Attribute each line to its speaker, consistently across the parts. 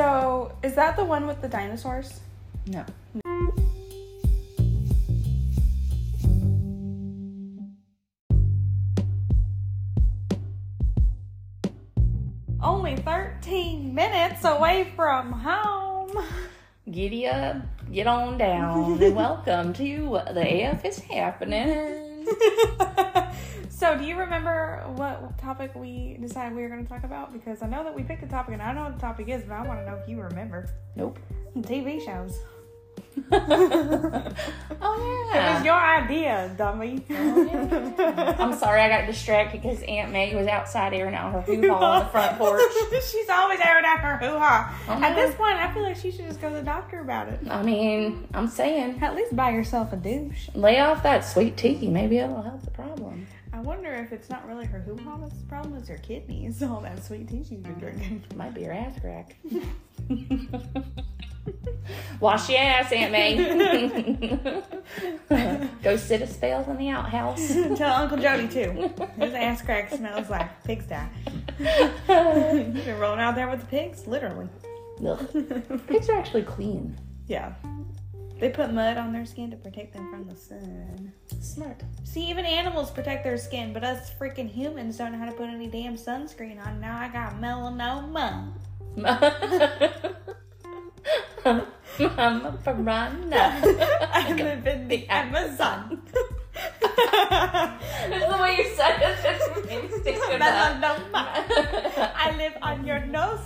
Speaker 1: So, is that the one with the dinosaurs?
Speaker 2: No.
Speaker 1: Only 13 minutes away from home.
Speaker 2: Giddy up, get on down, and welcome to the AF is happening.
Speaker 1: so, do you remember what topic we decided we were going to talk about? Because I know that we picked a topic and I know what the topic is, but I want to know if you remember.
Speaker 2: Nope.
Speaker 1: TV shows.
Speaker 2: oh
Speaker 1: It was
Speaker 2: yeah.
Speaker 1: your idea, dummy.
Speaker 2: Oh, yeah. I'm sorry I got distracted because Aunt Meg was outside airing out her hoo on the front porch. Oh,
Speaker 1: She's always airing out her hoo ha.
Speaker 2: I
Speaker 1: At
Speaker 2: know.
Speaker 1: this point, I feel like she should just go to the doctor about it.
Speaker 2: I mean, I'm saying,
Speaker 1: At least buy yourself a douche.
Speaker 2: lay off that sweet tea. Maybe it'll help the problem.
Speaker 1: I wonder if it's not really her hoo ha. That's the problem is her kidneys. All that sweet tea she's been drinking.
Speaker 2: Might be your ass crack. Wash your ass, Aunt May. Go sit a spell in the outhouse.
Speaker 1: Tell Uncle Jody too. His ass crack smells like pigsty.
Speaker 2: Ugh.
Speaker 1: You've been rolling out there with the pigs, literally.
Speaker 2: Pigs are actually clean.
Speaker 1: yeah. They put mud on their skin to protect them from the sun.
Speaker 2: Smart.
Speaker 1: See, even animals protect their skin, but us freaking humans don't know how to put any damn sunscreen on. Now I got melanoma. I'm
Speaker 2: Mama piranha.
Speaker 1: living the Amazon.
Speaker 2: That's the way you said it. That's what it sticks with us.
Speaker 1: melanoma. I live on your nose.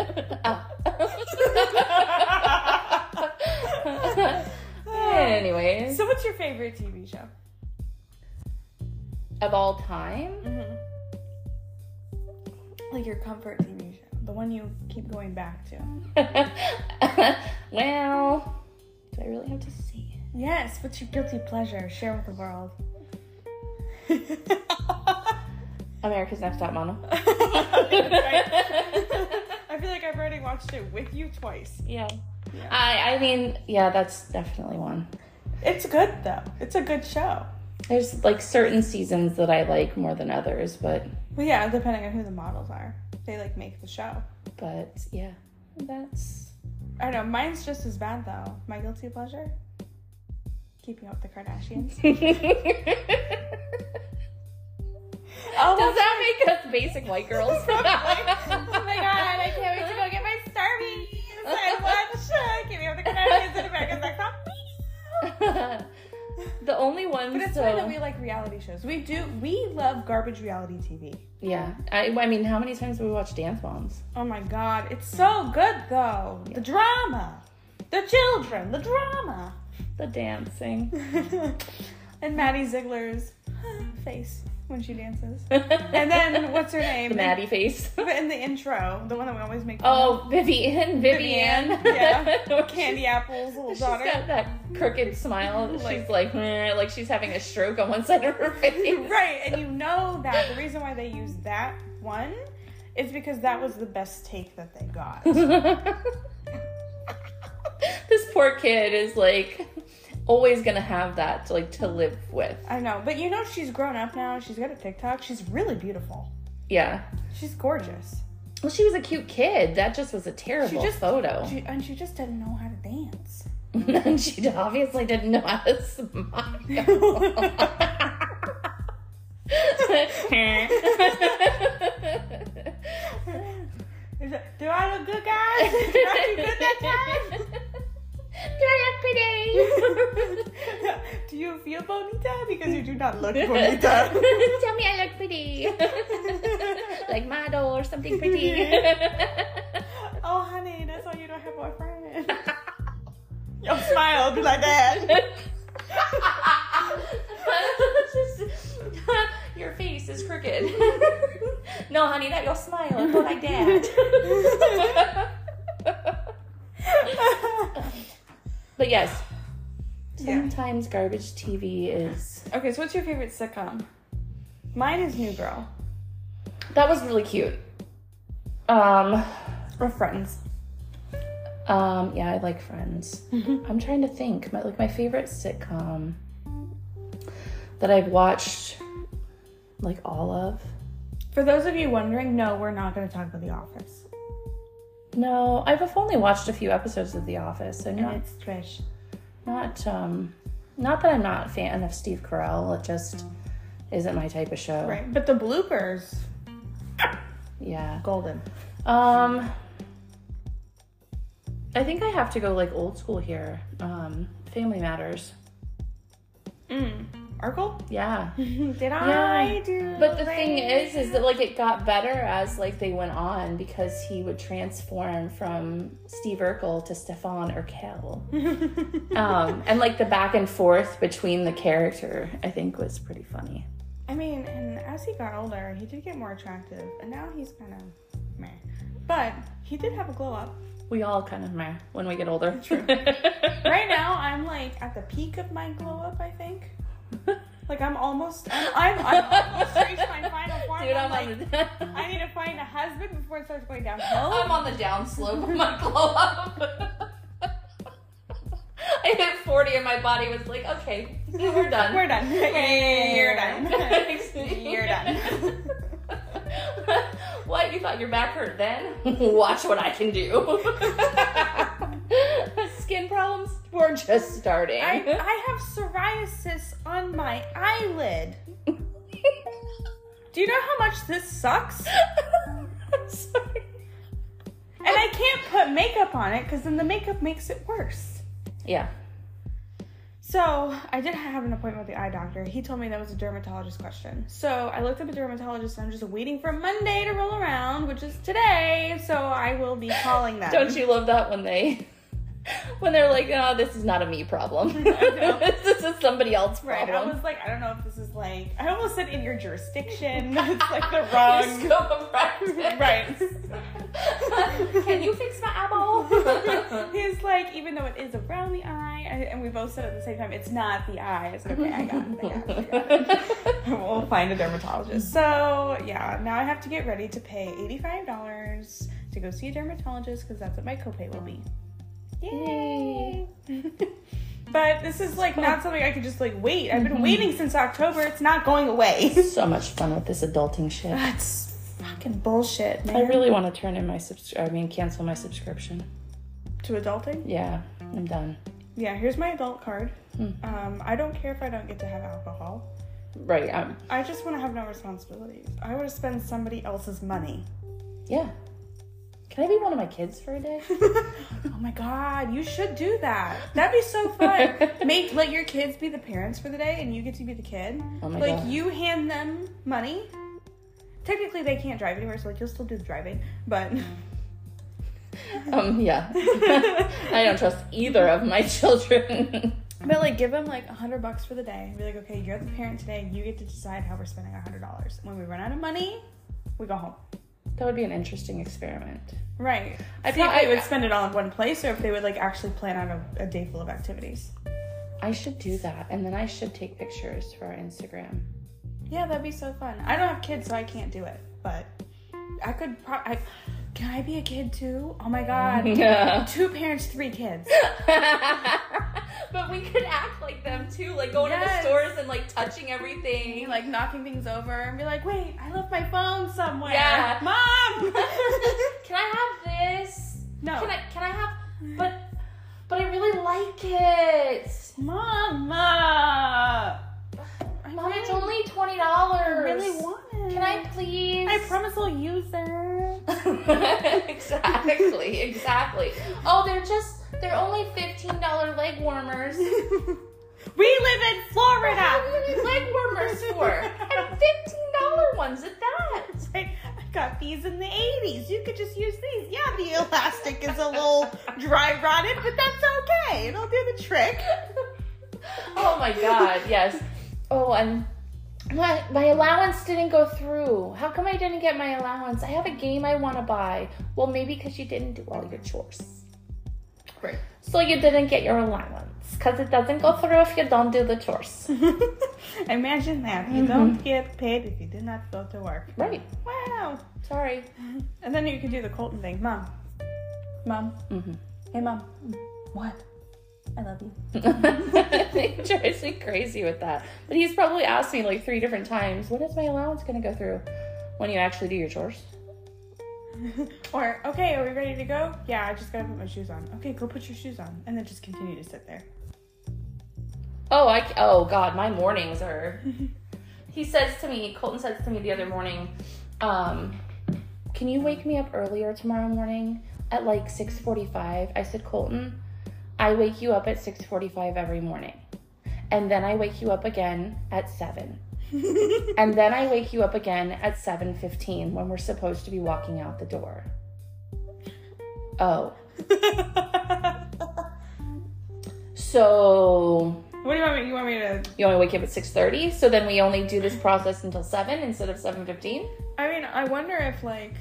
Speaker 2: Anyways,
Speaker 1: So, what's your favorite TV show?
Speaker 2: of all time,
Speaker 1: Mm-hmm. Like your comfort TV show, the one you keep going back to.
Speaker 2: well, do I really have to see it?
Speaker 1: Yes, what's your guilty pleasure? Share with the world.
Speaker 2: America's Next Top Model?
Speaker 1: I feel like I've already watched it with you twice.
Speaker 2: Yeah.
Speaker 1: Yeah.
Speaker 2: I I mean, yeah, that's definitely one.
Speaker 1: It's good though. It's a good show.
Speaker 2: There's like certain seasons that I like more than others, but
Speaker 1: Well, yeah, depending on who the models are, they like make the show.
Speaker 2: but yeah, that's
Speaker 1: I don't know. Mine's just as bad though. My guilty pleasure. Keeping up with the Kardashians. Oh,
Speaker 2: Does that make us basic white girls?
Speaker 1: Oh my god, I can't wait to go get my Starbies and watch uh, Keeping Up with the Kardashians and America's Next Top Model.
Speaker 2: the only ones
Speaker 1: But it's
Speaker 2: so,
Speaker 1: funny that we like reality shows. We do. We love garbage reality TV.
Speaker 2: Yeah. I, I mean, how many times do we watch Dance Moms?
Speaker 1: Oh my god, it's so good though. The drama, the children, the drama,
Speaker 2: The dancing.
Speaker 1: and Maddie Ziegler's face when she dances. And then what's her name?
Speaker 2: Maddie face.
Speaker 1: In the intro, the one that we always make. fun of.
Speaker 2: Oh, Vivian, Vivian.
Speaker 1: Vivian, yeah. Candy Apple's little
Speaker 2: She's
Speaker 1: daughter.
Speaker 2: got that crooked smile. that
Speaker 1: Like-
Speaker 2: she's like, "Meh," like she's having a stroke on one side of her face.
Speaker 1: Right, and you know that the reason why they used that one is because that was the best take that they got.
Speaker 2: this poor kid is like always gonna have that like to live with.
Speaker 1: I know, but you know she's grown up now. She's got a TikTok. She's really beautiful.
Speaker 2: Yeah.
Speaker 1: She's gorgeous.
Speaker 2: Well, she was a cute kid. That just was a terrible
Speaker 1: just-
Speaker 2: photo.
Speaker 1: She, and she just didn't know how to dance.
Speaker 2: and she obviously didn't know how to smile.
Speaker 1: Is it- Do I look good, guys?
Speaker 2: Do
Speaker 1: Did I do good that
Speaker 2: I look pretty?
Speaker 1: time? do you feel bonita? Because you do not look bonita.
Speaker 2: Tell me I look pretty. like model or something pretty.
Speaker 1: oh, honey, that's why you don't have a boyfriend. Your smile be like that.
Speaker 2: Just- your face is crooked. no, honey, not your smile. Go like that. but yes,
Speaker 1: Yeah.
Speaker 2: sometimes garbage TV is.
Speaker 1: Okay, so what's your favorite sitcom? Mine is New Girl
Speaker 2: That was really cute. Um,
Speaker 1: or Friends.
Speaker 2: um, yeah, I like Friends. I'm trying to think. My like my favorite sitcom that I've watched, like all of.
Speaker 1: For those of you wondering, no, we're not going to talk about The Office.
Speaker 2: No, I've only watched a few episodes of The Office, so
Speaker 1: And
Speaker 2: not
Speaker 1: it's trash.
Speaker 2: not um, not that I'm not a fan of Steve Carell. It just isn't my type of show.
Speaker 1: Right. But the bloopers,
Speaker 2: Yeah.
Speaker 1: golden.
Speaker 2: Um, I think I have to go like old school here. Um, Family Matters.
Speaker 1: Mm. Urkel?
Speaker 2: Yeah.
Speaker 1: Did I do
Speaker 2: But the thing
Speaker 1: that?
Speaker 2: is, is that like it got better as like they went on because he would transform from Steve Urkel to Stefan Urkel,
Speaker 1: Hmm.
Speaker 2: um, and like the back and forth between the character, I think was pretty funny.
Speaker 1: I mean, and as he got older, he did get more attractive, and now he's kind of meh. But he did have a glow up.
Speaker 2: We all kind of meh when we get older.
Speaker 1: True. Right now, I'm like at the peak of my glow up. I think. Like I'm almost, I'm, I'm, I'm almost reached my final form.
Speaker 2: Dude,
Speaker 1: I'm,
Speaker 2: I'm,
Speaker 1: like,
Speaker 2: on the,
Speaker 1: I need to find a husband before it starts going downhill.
Speaker 2: I'm on the down slope of my glow up. I hit 40 and my body was like, okay, we're done.
Speaker 1: We're done. You're done. You're done.
Speaker 2: what? You thought your back hurt then? Watch what I can do. Skin problems? We're just starting.
Speaker 1: I, I have psoriasis on my eyelid. Do you know how much this sucks?
Speaker 2: I'm sorry.
Speaker 1: And I can't put makeup on it because then the makeup makes it worse.
Speaker 2: Yeah.
Speaker 1: So I did have an appointment with the eye doctor. He told me that was a dermatologist question. So I looked up a dermatologist and I'm just waiting for Monday to roll around, which is today. So I will be calling them.
Speaker 2: Don't you love that when they when they're like, oh, this is not a me problem.
Speaker 1: know.
Speaker 2: this is somebody else's
Speaker 1: Right. I
Speaker 2: problem.
Speaker 1: was like, I don't know if this is like I almost said in your jurisdiction. it's like the wrong
Speaker 2: scope of practice.
Speaker 1: Right.
Speaker 2: Can you fix my eyeball?
Speaker 1: He's like, even though it is around the eye, I- and we both said at the same time, it's not the eye. It's okay, I got it. I got it. I got it. we'll find a dermatologist. So yeah, now I have to get ready to pay eighty-five dollars to go see a dermatologist because that's what my copay will be. Yay! but this is like not something I could just like wait. I've
Speaker 2: Mm-hmm.
Speaker 1: been waiting since October. It's not going away.
Speaker 2: so much fun with this adulting shit.
Speaker 1: That's fucking bullshit, man.
Speaker 2: I really want to turn in my subscri- I mean, cancel my subscription.
Speaker 1: to adulting.
Speaker 2: Yeah, I'm done.
Speaker 1: Yeah, here's my adult card.
Speaker 2: Hmm.
Speaker 1: Um, I don't care if I don't get to have alcohol.
Speaker 2: Right. Um,
Speaker 1: I just want to have no responsibilities. I want to spend somebody else's money.
Speaker 2: yeah. Can I be one of my kids for a day?
Speaker 1: Oh my god, you should do that. That'd be so fun. Make let your kids be the parents for the day, and you get to be the kid.
Speaker 2: Oh my
Speaker 1: like
Speaker 2: God.
Speaker 1: you hand them money. Technically, they can't drive anywhere, so like you'll still do the driving. But
Speaker 2: um, yeah. I don't trust either of my children.
Speaker 1: but like give them like a hundred bucks for the day. and Be like, okay, you're the parent today. You get to decide how we're spending a hundred dollars. When we run out of money, we go home.
Speaker 2: that would be an interesting experiment.
Speaker 1: Right. I
Speaker 2: See if
Speaker 1: think
Speaker 2: they
Speaker 1: I
Speaker 2: would
Speaker 1: would spend it all in one place, or if they would like actually plan out a, a day full of activities.
Speaker 2: I should do that, and then I should take pictures for our Instagram.
Speaker 1: Yeah, that'd be so fun. I don't have kids, so I can't do it. But I could. Pro- I, can I be a kid too? Oh my god!
Speaker 2: Yeah.
Speaker 1: Two parents, three kids.
Speaker 2: but we could act like them too, like going
Speaker 1: Yes.
Speaker 2: to the stores and like touching everything.
Speaker 1: Like knocking things over and be like, "Wait, I left my phone somewhere."
Speaker 2: Yeah.
Speaker 1: Mom.
Speaker 2: Can I have this?
Speaker 1: no.
Speaker 2: Can I can I have
Speaker 1: Oh.
Speaker 2: but but I really like it.
Speaker 1: Mama. I
Speaker 2: Mom, it's
Speaker 1: really-
Speaker 2: only twenty
Speaker 1: I
Speaker 2: dollars.
Speaker 1: really want it.
Speaker 2: Can I please?
Speaker 1: I promise I'll use it.
Speaker 2: exactly, exactly. Oh, they're just they're only fifteen dollar leg warmers.
Speaker 1: we live in
Speaker 2: How many
Speaker 1: Florida.
Speaker 2: leg warmers for? And fifteen dollar ones at that.
Speaker 1: I got these in the 80s. You could just use these. Yeah, the elastic is a little dry rotted, but that's okay. It'll do the trick.
Speaker 2: Oh my god, yes. Oh, and my, my allowance didn't go through. How come I didn't get my allowance? I have a game I want to buy. Well, maybe because you didn't do all your chores.
Speaker 1: Right.
Speaker 2: So you didn't get your allowance because it doesn't go through if you don't do the chores.
Speaker 1: Imagine that. You don't get paid if you did not go to work.
Speaker 2: Right.
Speaker 1: Mm-hmm. Wow.
Speaker 2: Sorry.
Speaker 1: And then you can do the Colton thing. Mom. Mom.
Speaker 2: Mhm.
Speaker 1: Hey, Mom. What? I love you.
Speaker 2: he drives me crazy with that. But he's probably asked me like three different times, when is my allowance going to go through? When you actually do your chores?
Speaker 1: or okay, are we ready to go? Yeah, I just gotta put my shoes on. Okay, go put your shoes on, and then just continue to sit there.
Speaker 2: Oh, I c- oh god, my mornings are. he says to me, Colton says to me the other morning, um, "Can you wake me up earlier tomorrow morning at like 6:45?" I said, "Colton, I wake you up at 6:45 every morning, and then I wake you up again at seven, and then I wake you up again at 7:15 when we're supposed to be walking out the door." Oh,
Speaker 1: what
Speaker 2: so
Speaker 1: do you want me? You want me to?
Speaker 2: you only wake up at 6.30 so then we only do this process until 7 instead of 7.15
Speaker 1: I mean, I wonder if like,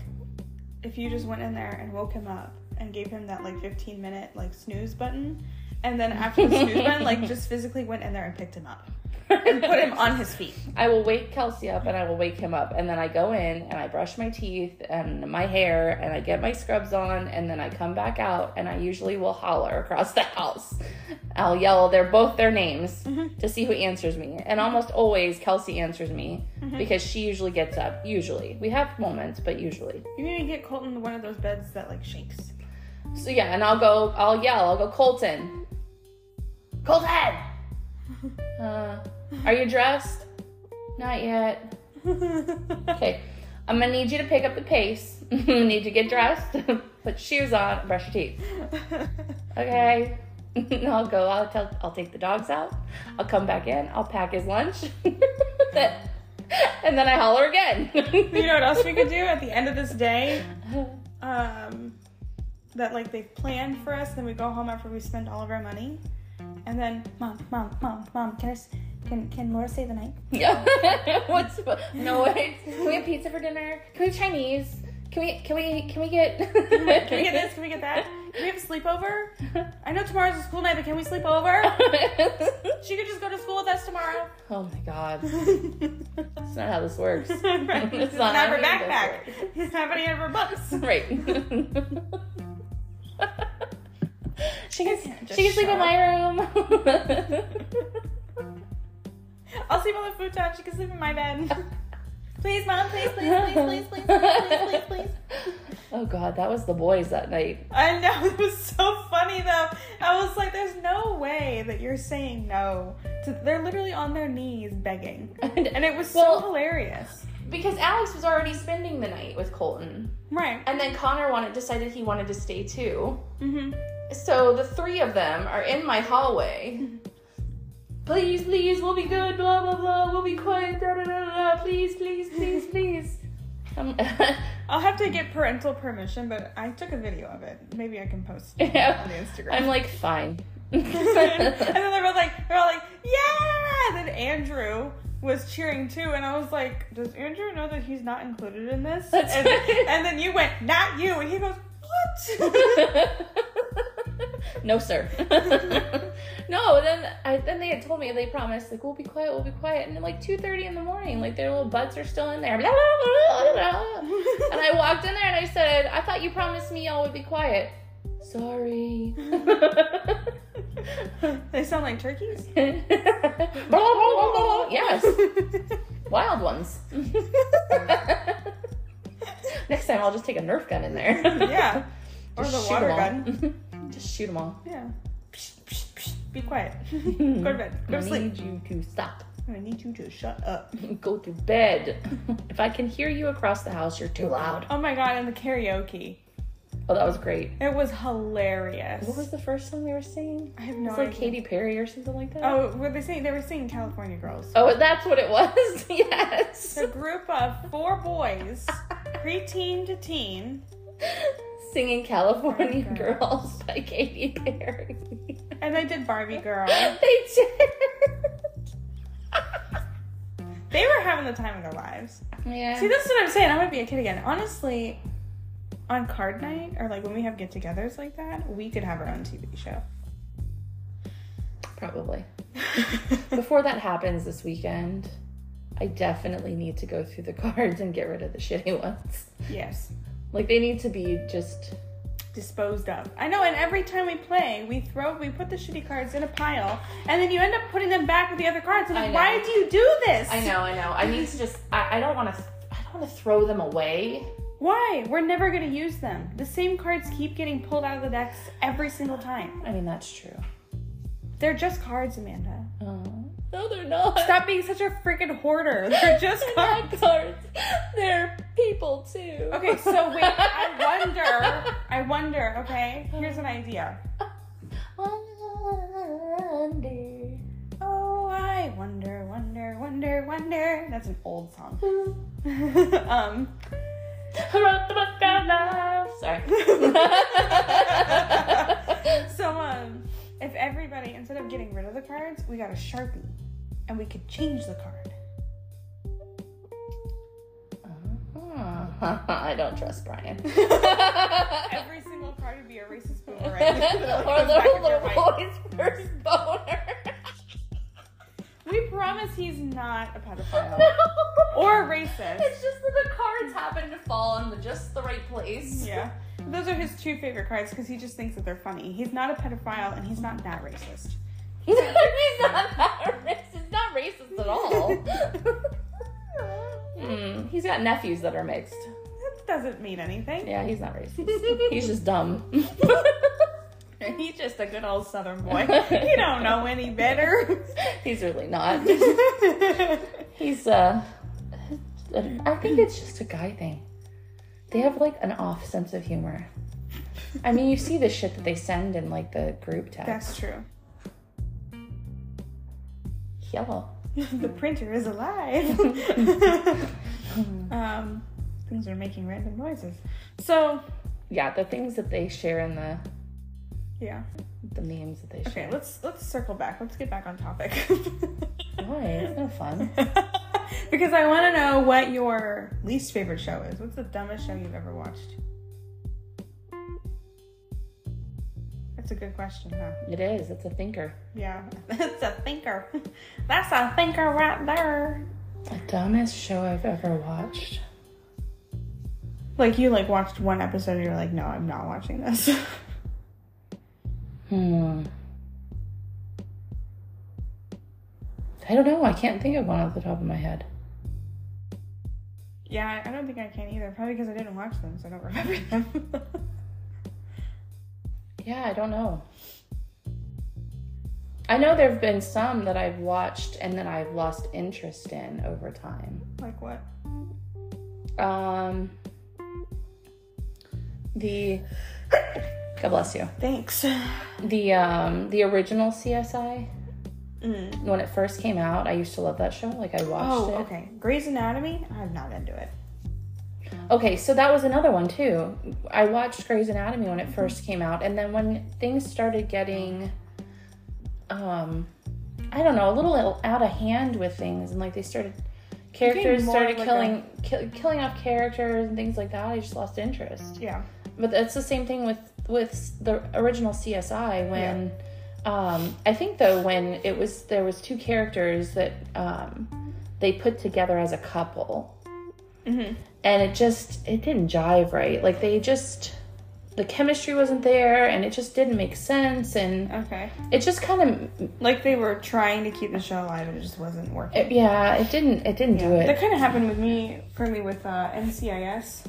Speaker 1: if you just went in there and woke him up and gave him that like 15 minute like snooze button, and then after the snooze button, like just physically went in there and picked him up and put him on his feet.
Speaker 2: i will wake kelsey up and i will wake him up and then i go in and i brush my teeth and my hair and i get my scrubs on and then i come back out and i usually will holler across the house i'll yell their both their names to see who answers me and almost always kelsey answers me because she usually gets up usually we have moments but usually
Speaker 1: You need to get Colton one of those beds that like shakes.
Speaker 2: So yeah, and I'll go, I'll yell, I'll go, Colton. Colton! Uh, are you dressed? Not yet. Okay, I'm gonna need you to pick up the pace. I'm gonna need you to get dressed, put shoes on, and brush your teeth. Okay. And I'll go, I'll, tell, I'll take the dogs out, I'll come back in, I'll pack his lunch, and then I holler again.
Speaker 1: you know what else we could do at the end of this day? Um, that like they've planned for us. Then we go home after we spend all of our money, and then mom, mom, mom, mom. Can I, s- can can Laura stay the night?
Speaker 2: Yeah. What's no wait? Can we have pizza for dinner? Can we have Chinese? Can we can we can we get
Speaker 1: Can we get this? Can we get that? Can we have a sleepover? I know tomorrow's a school night, but can we sleep over?
Speaker 2: this?
Speaker 1: She could just go to school with us tomorrow.
Speaker 2: oh my god.
Speaker 1: It's
Speaker 2: That's not how this works.
Speaker 1: not,
Speaker 2: It's
Speaker 1: it's
Speaker 2: not
Speaker 1: not her
Speaker 2: any of those
Speaker 1: backpack. It's not any of her books.
Speaker 2: Right. she can
Speaker 1: Just
Speaker 2: she can sleep
Speaker 1: shut
Speaker 2: in my room.
Speaker 1: I'll sleep on the futon. She can sleep in my bed. Please, mom. Please, please, please, please, please, please, please, please.
Speaker 2: oh god, that was the boys that night.
Speaker 1: I know it was so funny though. I was like, "There's no way that you're saying no." To, they're literally on their knees begging, and it was so
Speaker 2: Well-
Speaker 1: hilarious.
Speaker 2: because Alex was already spending the night with Colton.
Speaker 1: Right.
Speaker 2: And then Connor wanted decided he wanted to stay too.
Speaker 1: Mm-hmm.
Speaker 2: So the three of them are in my hallway. Please, please, we'll be good. Blah blah blah. We'll be quiet. Da da da da. da. Please, please, please, please. Um,
Speaker 1: I'll have to get parental permission, but I took a video of it. Maybe I can post it on the
Speaker 2: I'm
Speaker 1: Instagram.
Speaker 2: like fine.
Speaker 1: and then they're all like, they're all like, "Yeah!" And then Andrew was cheering too, and I was like, "Does Andrew know that he's not included in this?"
Speaker 2: That's
Speaker 1: And,
Speaker 2: right.
Speaker 1: and then you went, "Not you," and he goes, "What?"
Speaker 2: no, sir. no, then I then they had told me they promised like we'll be quiet, we'll be quiet, and then like two thirty in the morning, like their little butts are still in there. Blah, blah, blah, blah, blah. And I walked in there and I said, I thought you promised me y'all would be quiet. Sorry.
Speaker 1: they sound like turkeys.
Speaker 2: yes, wild ones. Next time I'll just take a Nerf gun in there.
Speaker 1: yeah. Or
Speaker 2: Just
Speaker 1: the
Speaker 2: shoot
Speaker 1: water
Speaker 2: 'em all.
Speaker 1: gun.
Speaker 2: just shoot them all.
Speaker 1: Yeah. Psh, psh, psh. Be quiet. Go to bed. Go
Speaker 2: I
Speaker 1: to sleep.
Speaker 2: need you to stop.
Speaker 1: I need you to shut up.
Speaker 2: Go to bed. if I can hear you across the house, you're too loud.
Speaker 1: Oh my god, and the karaoke.
Speaker 2: Oh, that was great.
Speaker 1: It was hilarious.
Speaker 2: What was the first song we were singing?
Speaker 1: I have no
Speaker 2: It's like
Speaker 1: idea.
Speaker 2: Katy Perry or something like that.
Speaker 1: Oh, were they saying they were singing California Girls?
Speaker 2: oh that's what it was. yes.
Speaker 1: It's a group of four boys, preteen to teen,
Speaker 2: Singing California
Speaker 1: California
Speaker 2: Girls by Katy Perry.
Speaker 1: and they did Barbie Girl.
Speaker 2: they did.
Speaker 1: They were having the time of their lives.
Speaker 2: yeah.
Speaker 1: See, that's what I'm saying. I'm gonna be a kid again. Honestly, on card night or like when we have get-togethers like that, we could have our own TV show.
Speaker 2: Probably. Before that happens this weekend, I definitely need to go through the cards and get rid of the shitty ones.
Speaker 1: yes,
Speaker 2: Like they need to be just
Speaker 1: disposed of. I know. And every time we play, we throw, we put the shitty cards in a pile, and then you end up putting them back with the other cards. I'm
Speaker 2: I
Speaker 1: like,
Speaker 2: know.
Speaker 1: why do you do this?
Speaker 2: I know, I know. I need to just. I, I don't want to. I don't want to throw them away.
Speaker 1: Why? We're never gonna use them. The same cards keep getting pulled out of the decks every single time.
Speaker 2: I mean, that's true.
Speaker 1: They're just cards, Amanda.
Speaker 2: Oh. No, they're not.
Speaker 1: Stop being such a freaking hoarder. They're just
Speaker 2: They're
Speaker 1: cards.
Speaker 2: not cards. They're people too.
Speaker 1: Okay, so wait, I wonder, I wonder, okay? Here's an idea.
Speaker 2: wonder.
Speaker 1: Oh, I wonder, wonder, wonder, wonder. That's an old song. um,
Speaker 2: Sorry.
Speaker 1: so um, if everybody instead of getting rid of the cards, we got a sharpie, and we could change the card. Uh-huh.
Speaker 2: I don't trust Brian.
Speaker 1: Every single card would be a racist boomerang.
Speaker 2: or little, little boy's first boner.
Speaker 1: we promise he's not a pedophile
Speaker 2: no.
Speaker 1: or a racist.
Speaker 2: It's just that the cards happen to fall in the, just the right place.
Speaker 1: Yeah. Those are his two favorite cards because he just thinks that they're funny. He's not a pedophile and he's not that racist.
Speaker 2: He's not that racist. He's not racist at all. Mm, he's got nephews that are mixed.
Speaker 1: That doesn't mean anything.
Speaker 2: Yeah, he's not racist. He's just dumb.
Speaker 1: He's just a good old southern boy. You don't know any better.
Speaker 2: he's really not. He's uh, I think it's just a guy thing. They have like an off sense of humor. I mean, you see the shit that they send in like the group text.
Speaker 1: That's true.
Speaker 2: Yellow.
Speaker 1: the printer is alive. um, things are making random noises. So,
Speaker 2: Yeah, the things that they share in the
Speaker 1: yeah.
Speaker 2: the memes that they
Speaker 1: Okay,
Speaker 2: share.
Speaker 1: let's let's circle back. Let's get back on topic.
Speaker 2: Why? It's no fun.
Speaker 1: because I want to know what your least favorite show is. What's the dumbest show you've ever watched? That's a good question, huh?
Speaker 2: It is. It's a thinker.
Speaker 1: Yeah, that's a thinker. That's a thinker right there.
Speaker 2: The dumbest show I've ever watched.
Speaker 1: Like you like watched one episode and you're like, no, I'm not watching this.
Speaker 2: Hmm. I don't know. I can't think of one off the top of my head.
Speaker 1: Yeah, I I don't think I can either. Probably because I didn't watch them, so I don't remember them.
Speaker 2: Yeah, I don't know. I know there have been some that I've watched and then I've lost interest in over time.
Speaker 1: like what?
Speaker 2: Um, the God bless you.
Speaker 1: Thanks.
Speaker 2: The um, the original CSI
Speaker 1: Mm.
Speaker 2: when it first came out, I used to love that show. Like I watched
Speaker 1: Oh,
Speaker 2: it.
Speaker 1: okay. Grey's Anatomy. I'm not into it.
Speaker 2: Okay, so that was another one too. I watched Grey's Anatomy when it
Speaker 1: Mm-hmm.
Speaker 2: first came out, and then when things started getting, um, I don't know, a little out of hand with things, and like they started, characters
Speaker 1: more
Speaker 2: started
Speaker 1: like
Speaker 2: killing, kill, killing off characters and things like that. I just lost interest.
Speaker 1: Yeah.
Speaker 2: But that's the same thing with with the original CSI when, um, I think though when it was there was two characters that um, they put together as a couple
Speaker 1: Mm-hmm.
Speaker 2: and it just it didn't jive right like they just the chemistry wasn't there and it just didn't make sense and
Speaker 1: Okay.
Speaker 2: it just kind of
Speaker 1: Like they were trying to keep the show alive, and it just wasn't working.
Speaker 2: it, yeah it didn't it didn't do
Speaker 1: That
Speaker 2: it
Speaker 1: kind of happened with me for me with uh, NCIS,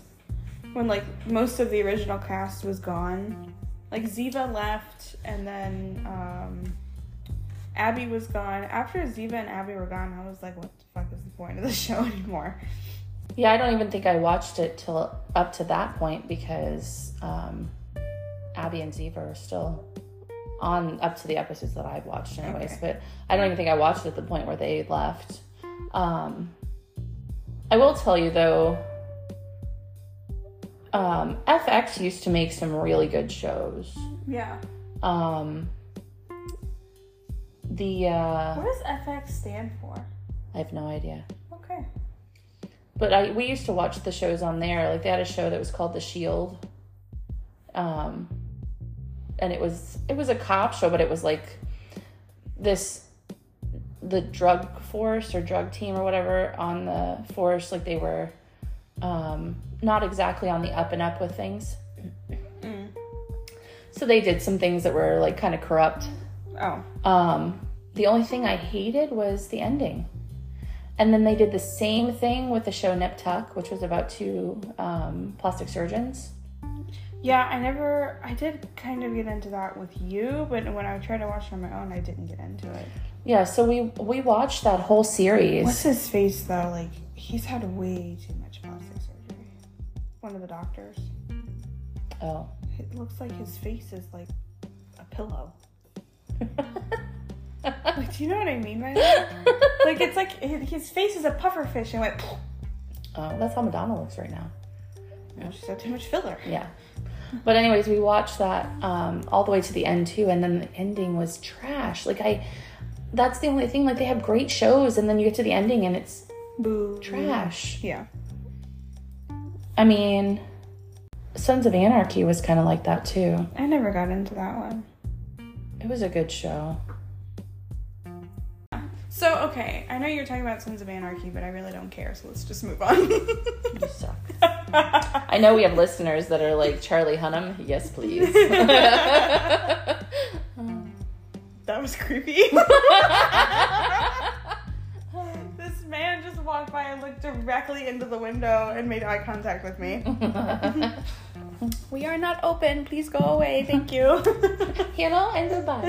Speaker 1: when like most of the original cast was gone. Like Ziva left, and then um, Abby was gone. After Ziva and Abby were gone, I was like, what the fuck is the point of the show anymore?
Speaker 2: yeah i don't even think i watched it till up to that point because um abby and ziva are still on up to the episodes that i've watched anyways
Speaker 1: Okay.
Speaker 2: but i don't even think i watched it at the point where they left um i will tell you though um, FX used to make some really good shows.
Speaker 1: Yeah.
Speaker 2: um the
Speaker 1: What
Speaker 2: uh
Speaker 1: does FX stand for?
Speaker 2: i have no idea
Speaker 1: Okay.
Speaker 2: but i we used to watch the shows on there like they had a show that was called the shield um and it was it was a cop show but it was like this the drug force or drug team or whatever on the force like they were um not exactly on the up and up with things
Speaker 1: Mm.
Speaker 2: so they did some things that were like kind of corrupt
Speaker 1: Oh.
Speaker 2: Um, the only thing I hated was the ending. And then they did the same thing with the show Nip Tuck, which was about two um, plastic surgeons.
Speaker 1: Yeah, I never. I did kind of get into that with you, but when I tried to watch it on my own, I didn't get into it.
Speaker 2: Yeah, so we we watched that whole series.
Speaker 1: What's his face though? Like he's had way too much plastic surgery. One of the doctors.
Speaker 2: oh.
Speaker 1: It looks like his face is like a pillow. Like, do you know what I mean by that? like it's like his his face is a puffer fish and went.
Speaker 2: oh, that's how Madonna looks right now.
Speaker 1: No, she's had too much filler.
Speaker 2: Yeah. But anyways, we watched that um, all the way to the end too, and then the ending was trash. Like I, that's the only thing. Like they have great shows, and then you get to the ending and it's
Speaker 1: Boo.
Speaker 2: trash.
Speaker 1: Yeah.
Speaker 2: I mean, Sons of Anarchy was kind of like that too.
Speaker 1: I never got into that one.
Speaker 2: It was a good show.
Speaker 1: So okay, I know you're talking about Sons of Anarchy, but I really don't care. So let's just move on.
Speaker 2: You suck. I know we have listeners that are like Charlie Hunnam. Yes, please.
Speaker 1: that was creepy. this man just walked by and looked directly into the window and made eye contact with me. we are not open. Please go away. Thank you.
Speaker 2: Hello and goodbye.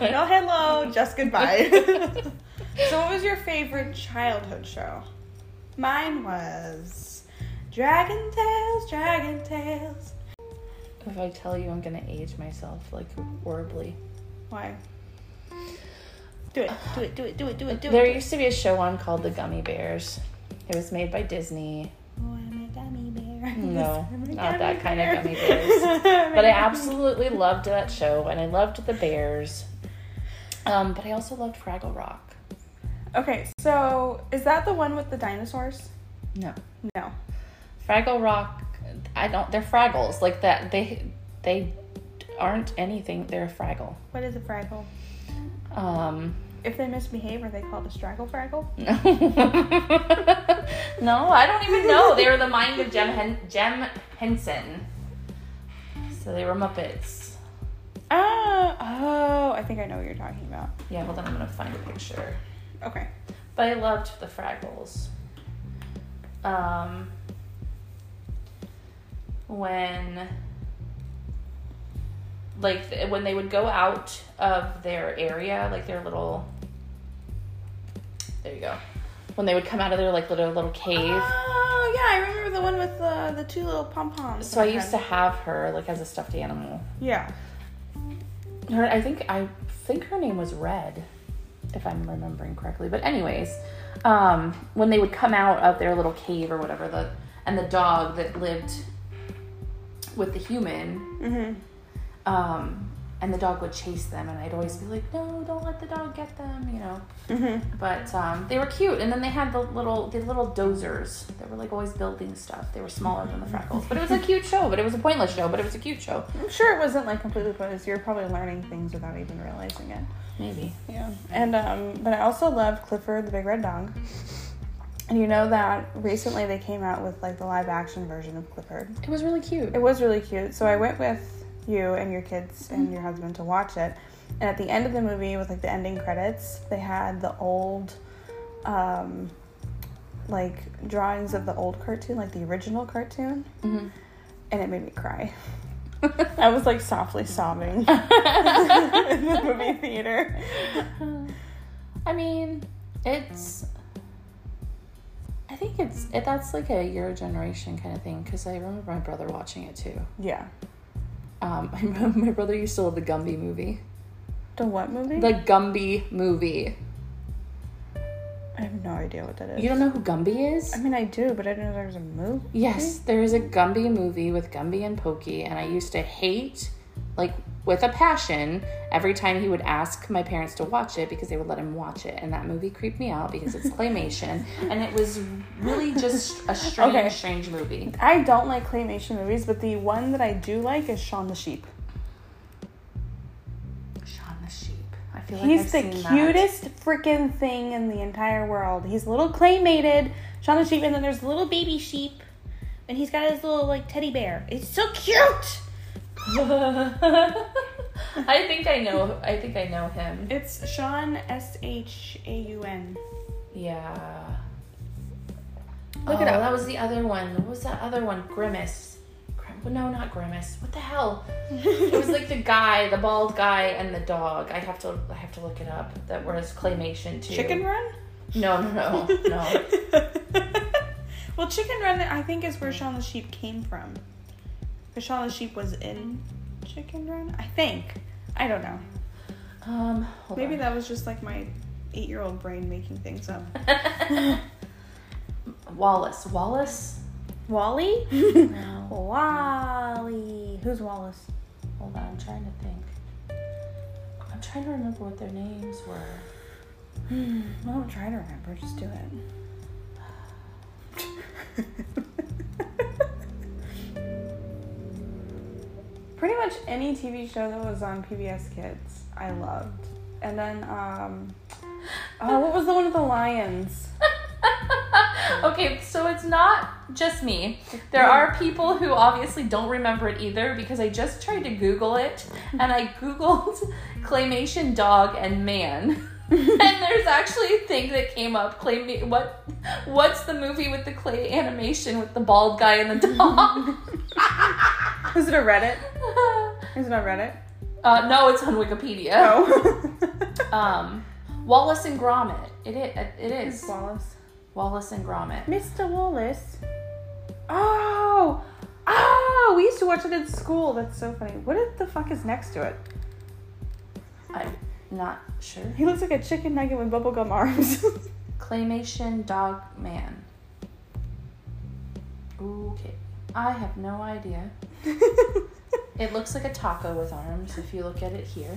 Speaker 1: no hello, just goodbye. so, what was your favorite childhood show? Mine was Dragon Tales, Dragon Tales.
Speaker 2: If I tell you, I'm gonna age myself like horribly.
Speaker 1: Why? Do it, do it, do it, do it, do it, do it.
Speaker 2: There used to be a show on called The Gummy Bears. It was made by Disney.
Speaker 1: Oh, I'm a gummy bear.
Speaker 2: No,
Speaker 1: I'm a
Speaker 2: not that kind
Speaker 1: bear.
Speaker 2: of gummy bears. But I
Speaker 1: I'm a
Speaker 2: absolutely loved that show, and I loved the bears. Um, but I also loved Fraggle Rock.
Speaker 1: Okay, so is that the one with the dinosaurs?
Speaker 2: No,
Speaker 1: No.
Speaker 2: Fraggle Rock. I don't. They're Fraggles. Like that. They they aren't anything. They're a Fraggle.
Speaker 1: What is a fraggle?
Speaker 2: Um,
Speaker 1: If they misbehave, are they called a straggle fraggle?
Speaker 2: No. no, I don't even know. They were the mind of Jem, Hen- Jem Henson. So they were Muppets.
Speaker 1: Oh, oh, I think I know what you're talking about.
Speaker 2: Yeah, hold on, I'm gonna find a picture.
Speaker 1: Okay.
Speaker 2: But I loved the Fraggles. Um, when, like, th- when they would go out of their area, like their little. There you go. When they would come out of their like little little cave.
Speaker 1: Oh, yeah, I remember the one with uh, the, the two little pom poms.
Speaker 2: So I used to have her like as a stuffed animal.
Speaker 1: Yeah.
Speaker 2: Her, I think I think her name was Red, if I'm remembering correctly. But anyways, um, when they would come out of their little cave or whatever, the and the dog that lived with the human,
Speaker 1: Mm-hmm.
Speaker 2: um, and the dog would chase them, and I'd always be like, no, don't let the dog get them, you know.
Speaker 1: Mm-hmm.
Speaker 2: But um, they were cute, and then they had the little the little dozers that were like always building stuff. They were smaller than the freckles, but it was a cute show. But it was a pointless show, but it was a cute show.
Speaker 1: I'm sure it wasn't like completely pointless. You're probably learning things without even realizing it.
Speaker 2: Maybe.
Speaker 1: Yeah. And um but I also love Clifford the Big Red Dog. And you know that recently they came out with like the live action version of Clifford.
Speaker 2: It was really cute.
Speaker 1: It was really cute. So I went with you and your kids and your husband to watch it. And at the end of the movie with like the ending credits, they had the old um like drawings of the old cartoon, like the original cartoon. And it made me cry. I was like softly sobbing in the movie theater.
Speaker 2: I mean, it's. I think it's it, that's like a your generation kind of thing because I remember my brother watching it too.
Speaker 1: Yeah.
Speaker 2: Um, I remember my brother used to love the Gumby movie.
Speaker 1: The what movie?
Speaker 2: The Gumby movie.
Speaker 1: I have no idea what that is.
Speaker 2: You don't know who Gumby is?
Speaker 1: I mean, I do, but I didn't know there was a movie.
Speaker 2: Yes,
Speaker 1: Mm-hmm.
Speaker 2: there is a Gumby movie with Gumby and Pokey, and I used to hate, like, with a passion, every time he would ask my parents to watch it because they would let him watch it. And that movie creeped me out because it's claymation, and it was really just a strange,
Speaker 1: Okay.
Speaker 2: strange movie.
Speaker 1: I don't like claymation movies, but the one that I do like is Shaun the Sheep.
Speaker 2: Shaun the Sheep. I feel like
Speaker 1: He's the
Speaker 2: I've seen
Speaker 1: cutest freaking thing in the entire world. He's little claymated. Shaun the Sheep, and then there's little baby sheep, and he's got his little like teddy bear. It's so cute.
Speaker 2: That. I think I know. I think I know him.
Speaker 1: It's Shaun S H A U N.
Speaker 2: Yeah.
Speaker 1: Look
Speaker 2: oh,
Speaker 1: it up.
Speaker 2: That was the other one. What was that other one? Grimace. Grim- no, not Grimace. What the hell? it was like the guy, the bald guy, and the dog. I have to, I have to look it up. That was claymation too.
Speaker 1: Chicken Run?
Speaker 2: No, no, no, no.
Speaker 1: well, Chicken Run, I think, is where Shaun the Sheep came from. Because Shaun the Sheep was in Chicken Run? I think. I don't know.
Speaker 2: um, hold
Speaker 1: Maybe
Speaker 2: on.
Speaker 1: that was just like my eight year old brain making things up.
Speaker 2: Wallace. Wallace.
Speaker 1: Wally?
Speaker 2: No.
Speaker 1: Wally. Who's Wallace?
Speaker 2: Hold on. I'm trying to think. I'm trying to remember what their names were.
Speaker 1: Hmm. I don't try to remember, just do it. Pretty much any TV show that was on PBS Kids, I loved. And then, um, oh, what was the one with the lions?
Speaker 2: okay, so it's not just me. There are people who obviously don't remember it either because I just tried to Google it and I Googled claymation dog and man. and there's actually a thing that came up. Clay, what? What's the movie with the clay animation with the bald guy and the dog?
Speaker 1: Is it a Reddit? Is it on Reddit?
Speaker 2: uh, no, it's on Wikipedia.
Speaker 1: Oh.
Speaker 2: Um, Wallace and Gromit. It i- it is
Speaker 1: Wallace.
Speaker 2: Wallace and Gromit.
Speaker 1: Mr. Wallace. Oh! Oh! We used to watch it in school. That's so funny. What the fuck is next to it?
Speaker 2: I'm not sure.
Speaker 1: He looks like a chicken nugget with bubblegum arms.
Speaker 2: Claymation Dog Man. Okay. I have no idea. It looks like a taco with arms if you look at it here.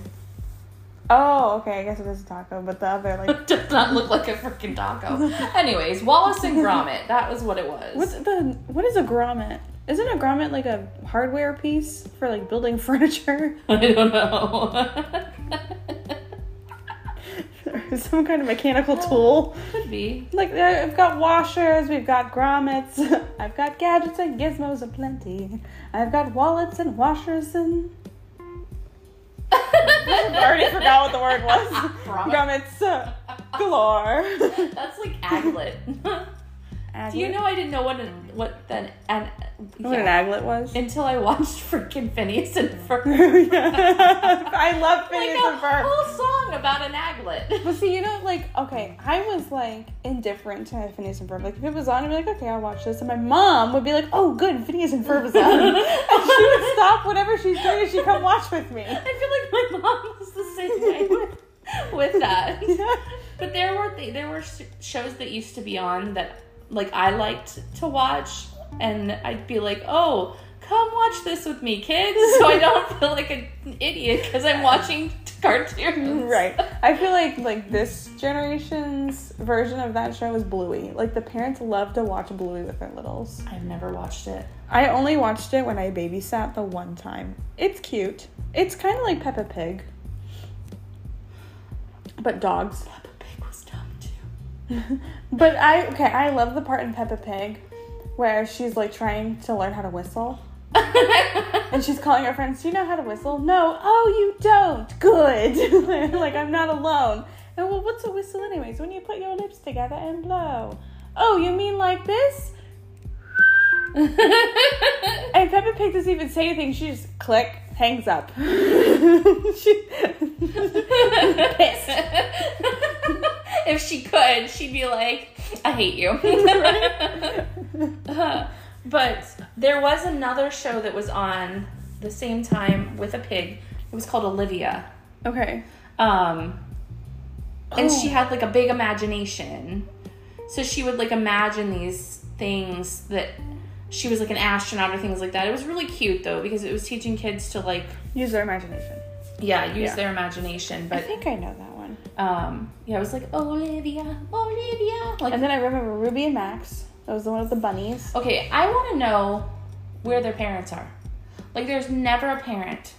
Speaker 1: oh, okay. I guess it is a taco, but the other, like.
Speaker 2: It does not look like a freaking taco. Anyways, Wallace and Gromit. That was what it was.
Speaker 1: What's the. What is a grommet? Isn't a grommet like a hardware piece for like building furniture?
Speaker 2: I don't know.
Speaker 1: or some kind of mechanical tool?
Speaker 2: Could be.
Speaker 1: Like, uh, I've got washers, we've got grommets, I've got gadgets and gizmos aplenty. I've got wallets and washers and. I already forgot what the word was. Grommets uh, galore.
Speaker 2: That's like aglet. Do you know I didn't know what an what then an
Speaker 1: what
Speaker 2: yeah,
Speaker 1: an aglet was?
Speaker 2: until I watched freaking Phineas and Ferb.
Speaker 1: I love Phineas
Speaker 2: like a
Speaker 1: and Ferb.
Speaker 2: whole song about an aglet.
Speaker 1: But see, you know, like, okay, I was like indifferent to Phineas and Ferb. Like, if it was on, I'd be like, okay, I'll watch this. And my mom would be like, oh, good, Phineas and Ferb is on. and she would stop whatever she's doing and she'd come watch with me.
Speaker 2: I feel like my mom was the same way with, with that.
Speaker 1: Yeah.
Speaker 2: But there were th- there were sh- shows that used to be on that like I liked to watch, and I'd be like, oh. Come watch this with me, kids, so I don't feel like an idiot because I'm watching t- cartoons.
Speaker 1: Right. I feel like like this generation's version of that show was Bluey. Like the parents love to watch Bluey with their littles.
Speaker 2: I've never watched it.
Speaker 1: I only watched it when I babysat the one time. It's cute. It's kind of like Peppa Pig, but dogs.
Speaker 2: Peppa Pig was dumb too.
Speaker 1: But I okay, I love the part in Peppa Pig where she's like trying to learn how to whistle. and she's calling her friends, Do you know how to whistle? No, oh you don't. Good. like I'm not alone. And well what's a whistle anyways? When you put your lips together and blow. Oh, you mean like this? And Peppa Pig doesn't even say anything, she just click, hangs up. She- pissed.
Speaker 2: if she could, she'd be like, I hate you. but there was another show that was on the same time with a pig. It was called Olivia.
Speaker 1: Okay.
Speaker 2: Um, and
Speaker 1: Oh.
Speaker 2: she had like a big imagination. So she would like imagine these things that she was like an astronaut or things like that. It was really cute though because it was teaching kids to like,
Speaker 1: Use their imagination.
Speaker 2: yeah, use
Speaker 1: Yeah.
Speaker 2: their imagination.
Speaker 1: I
Speaker 2: But
Speaker 1: think I know that one.
Speaker 2: um yeah i was like olivia olivia like
Speaker 1: And then I remember Ruby and Max. That was the one with the bunnies.
Speaker 2: okay i want to know where their parents are like there's never a parent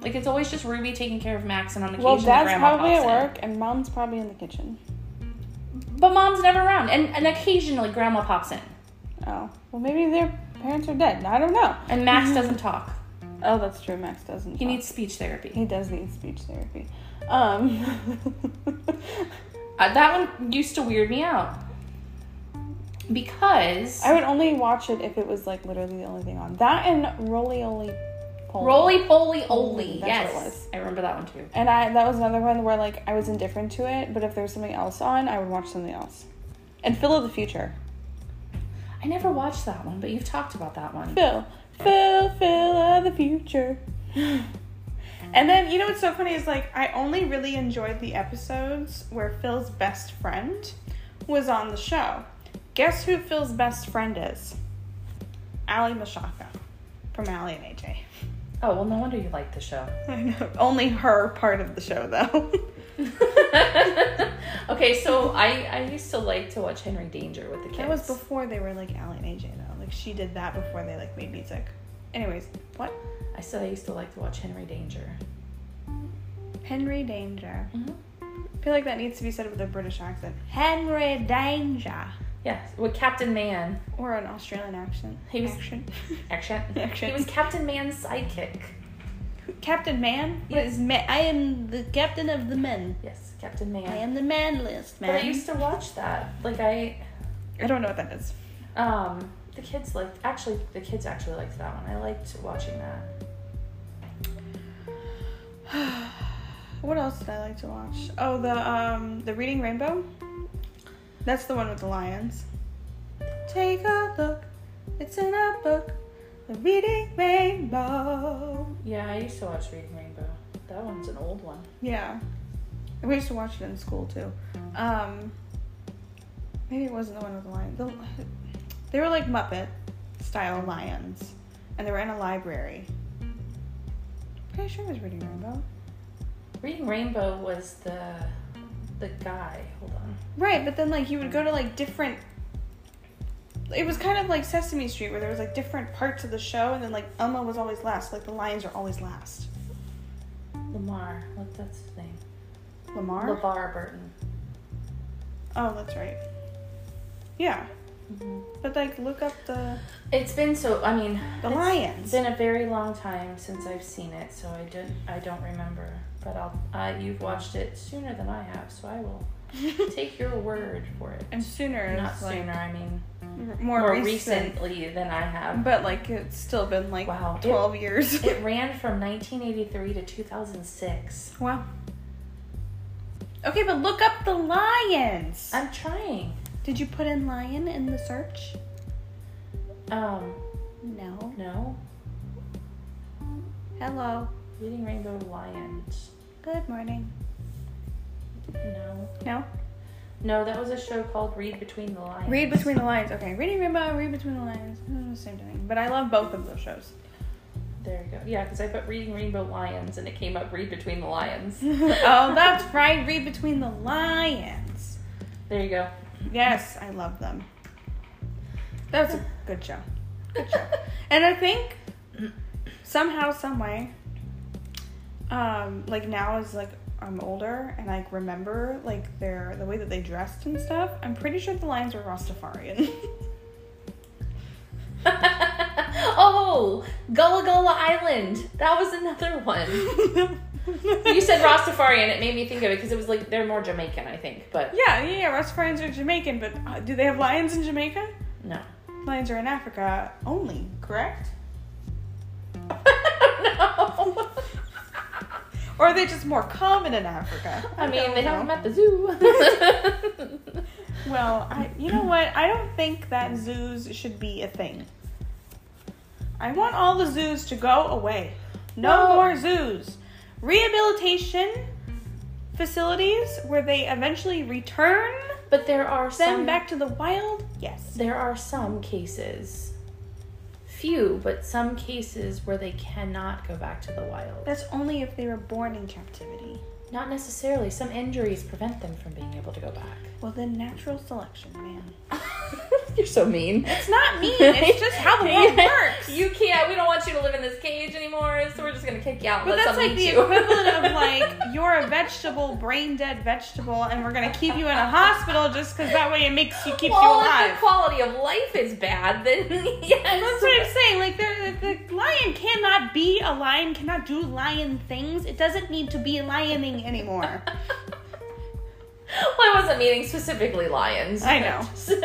Speaker 2: like it's always just ruby taking care of max and on occasion
Speaker 1: Well,
Speaker 2: the
Speaker 1: Dad's
Speaker 2: Oh, grandma
Speaker 1: probably
Speaker 2: pops
Speaker 1: at
Speaker 2: in.
Speaker 1: work, and Mom's probably in the kitchen.
Speaker 2: but mom's never around and, and occasionally grandma pops in
Speaker 1: Oh, well, maybe their parents are dead. I don't know.
Speaker 2: and max doesn't talk
Speaker 1: Oh, that's true. Max doesn't.
Speaker 2: he
Speaker 1: talk.
Speaker 2: needs speech therapy
Speaker 1: He does need speech therapy. Um.
Speaker 2: Uh, that one used to weird me out because
Speaker 1: I would only watch it if it was like literally the only thing on. That and Roly Oly Poly.
Speaker 2: roly poly oly.
Speaker 1: That's what
Speaker 2: Yes,
Speaker 1: it was.
Speaker 2: I remember that one too.
Speaker 1: And I that was another one where like I was indifferent to it, but if there was something else on, I would watch something else. And Phil of the Future.
Speaker 2: I never watched that one, but you've talked about that one.
Speaker 1: Phil. Phil, Phil of the future. and then you know what's so funny is like I only really enjoyed the episodes where Phil's best friend was on the show. Guess who Phil's best friend is? Ali Mashaka from Ali and AJ.
Speaker 2: Oh well, no wonder you like the show.
Speaker 1: I know. Only her part of the show though.
Speaker 2: okay, so I I used to like to watch Henry Danger with the kids.
Speaker 1: that was before they were like Ali and AJ though. Like she did that before they like made music. Anyways, what?
Speaker 2: I said I used to like to watch Henry Danger.
Speaker 1: Henry Danger. I feel like that needs to be said with a British accent. Henry Danger.
Speaker 2: Yes, with Captain Man.
Speaker 1: Or an Australian accent.
Speaker 2: He was-
Speaker 1: Action.
Speaker 2: Action.
Speaker 1: Action.
Speaker 2: He was Captain Man's sidekick.
Speaker 1: Captain Man? What is ma- I am the captain of the men.
Speaker 2: Yes, Captain Man.
Speaker 1: I am the manliest
Speaker 2: But
Speaker 1: man.
Speaker 2: I used to watch that. Like I,
Speaker 1: I don't know what that is.
Speaker 2: um, the kids liked. Actually, the kids actually liked that one. I liked watching that.
Speaker 1: What else did I like to watch? Oh, the um the Reading Rainbow. That's the one with the lions. Take a look. It's in a book. The Reading Rainbow.
Speaker 2: Yeah, I used to watch Reading Rainbow. That one's an old one.
Speaker 1: Yeah. We used to watch it in school too. Um, maybe it wasn't the one with the lion. The, they were like Muppet style lions, and they were in a library. Pretty sure it was Reading Rainbow.
Speaker 2: Reading Rainbow was the the guy. Hold on.
Speaker 1: Right, but then like you would go to like different. It was kind of like Sesame Street, where there was like different parts of the show, and then like Elmo was always last. Like the lions are always last.
Speaker 2: Lamar. What that's his name?
Speaker 1: Lamar.
Speaker 2: LeVar Burton.
Speaker 1: oh, that's right. Yeah, but like look up the
Speaker 2: Mm-hmm. It's been so. I mean,
Speaker 1: the
Speaker 2: it's
Speaker 1: lions.
Speaker 2: been a very long time since I've seen it, so I did. I don't remember. But I'll. Uh, you've watched it sooner than I have, so I will take your word for it.
Speaker 1: And sooner is
Speaker 2: Not
Speaker 1: like
Speaker 2: sooner. I mean,
Speaker 1: r- more,
Speaker 2: more
Speaker 1: recent,
Speaker 2: recently than I have.
Speaker 1: but like it's still been like
Speaker 2: Wow. It-
Speaker 1: twelve years.
Speaker 2: It ran from 1983 to 2006.
Speaker 1: wow. Okay, but look up the lions.
Speaker 2: I'm trying.
Speaker 1: Did you put in lion in the search?
Speaker 2: Um,
Speaker 1: No.
Speaker 2: no.
Speaker 1: Hello.
Speaker 2: Reading Rainbow Lions.
Speaker 1: Good morning.
Speaker 2: No.
Speaker 1: No.
Speaker 2: No, that was a show called Read Between the Lions.
Speaker 1: Read between the lines. Okay, reading rainbow. Read between the lines. Mm, Same thing. But I love both of those shows.
Speaker 2: There you go. Yeah, because I put Reading Rainbow Lions and it came up Read Between the Lions.
Speaker 1: oh, that's right. Read between the lions.
Speaker 2: There you go.
Speaker 1: Yes, I love them. That's a good show. Good show. And I think somehow, some way, um, like now as like I'm older and like remember like their the way that they dressed and stuff. I'm pretty sure the lions were Rastafarian.
Speaker 2: oh, Gullah Gullah Island. That was another one. You said Rastafarian, it made me think of it because it was like they're more Jamaican, I think. But
Speaker 1: yeah, yeah, yeah. Rastafarians are Jamaican, but uh, do they have lions in Jamaica?
Speaker 2: no.
Speaker 1: Lions are in Africa only, correct?
Speaker 2: no.
Speaker 1: Or are they just more common in Africa?
Speaker 2: I mean,
Speaker 1: don't
Speaker 2: they
Speaker 1: know.
Speaker 2: have them at the zoo.
Speaker 1: Well, I, you know what? I don't think that zoos should be a thing. I want all the zoos to go away. No
Speaker 2: Well-
Speaker 1: more zoos. Rehabilitation facilities where they eventually return
Speaker 2: but there are
Speaker 1: them
Speaker 2: some
Speaker 1: back to the wild. Yes.
Speaker 2: There are some cases, few, but some cases where they cannot go back to the wild.
Speaker 1: That's only if they were born in captivity.
Speaker 2: Not necessarily. Some injuries prevent them from being able to go back.
Speaker 1: Well, then natural selection, man.
Speaker 2: You're so mean.
Speaker 1: It's not mean. It's just how the world works.
Speaker 2: You can't. We don't want you to live in this cage anymore, so we're just gonna kick you out. And
Speaker 1: But
Speaker 2: let
Speaker 1: that's
Speaker 2: someone
Speaker 1: like the
Speaker 2: eat you.
Speaker 1: equivalent of like you're a vegetable, brain dead vegetable, and we're gonna keep you in a hospital just because that way it makes you keeps
Speaker 2: well,
Speaker 1: you alive.
Speaker 2: if the quality of life is bad, then yes.
Speaker 1: That's what I'm saying. Like the, the lion cannot be a lion, cannot do lion things. It doesn't need to be lioning anymore.
Speaker 2: I wasn't meaning specifically lions.
Speaker 1: I know.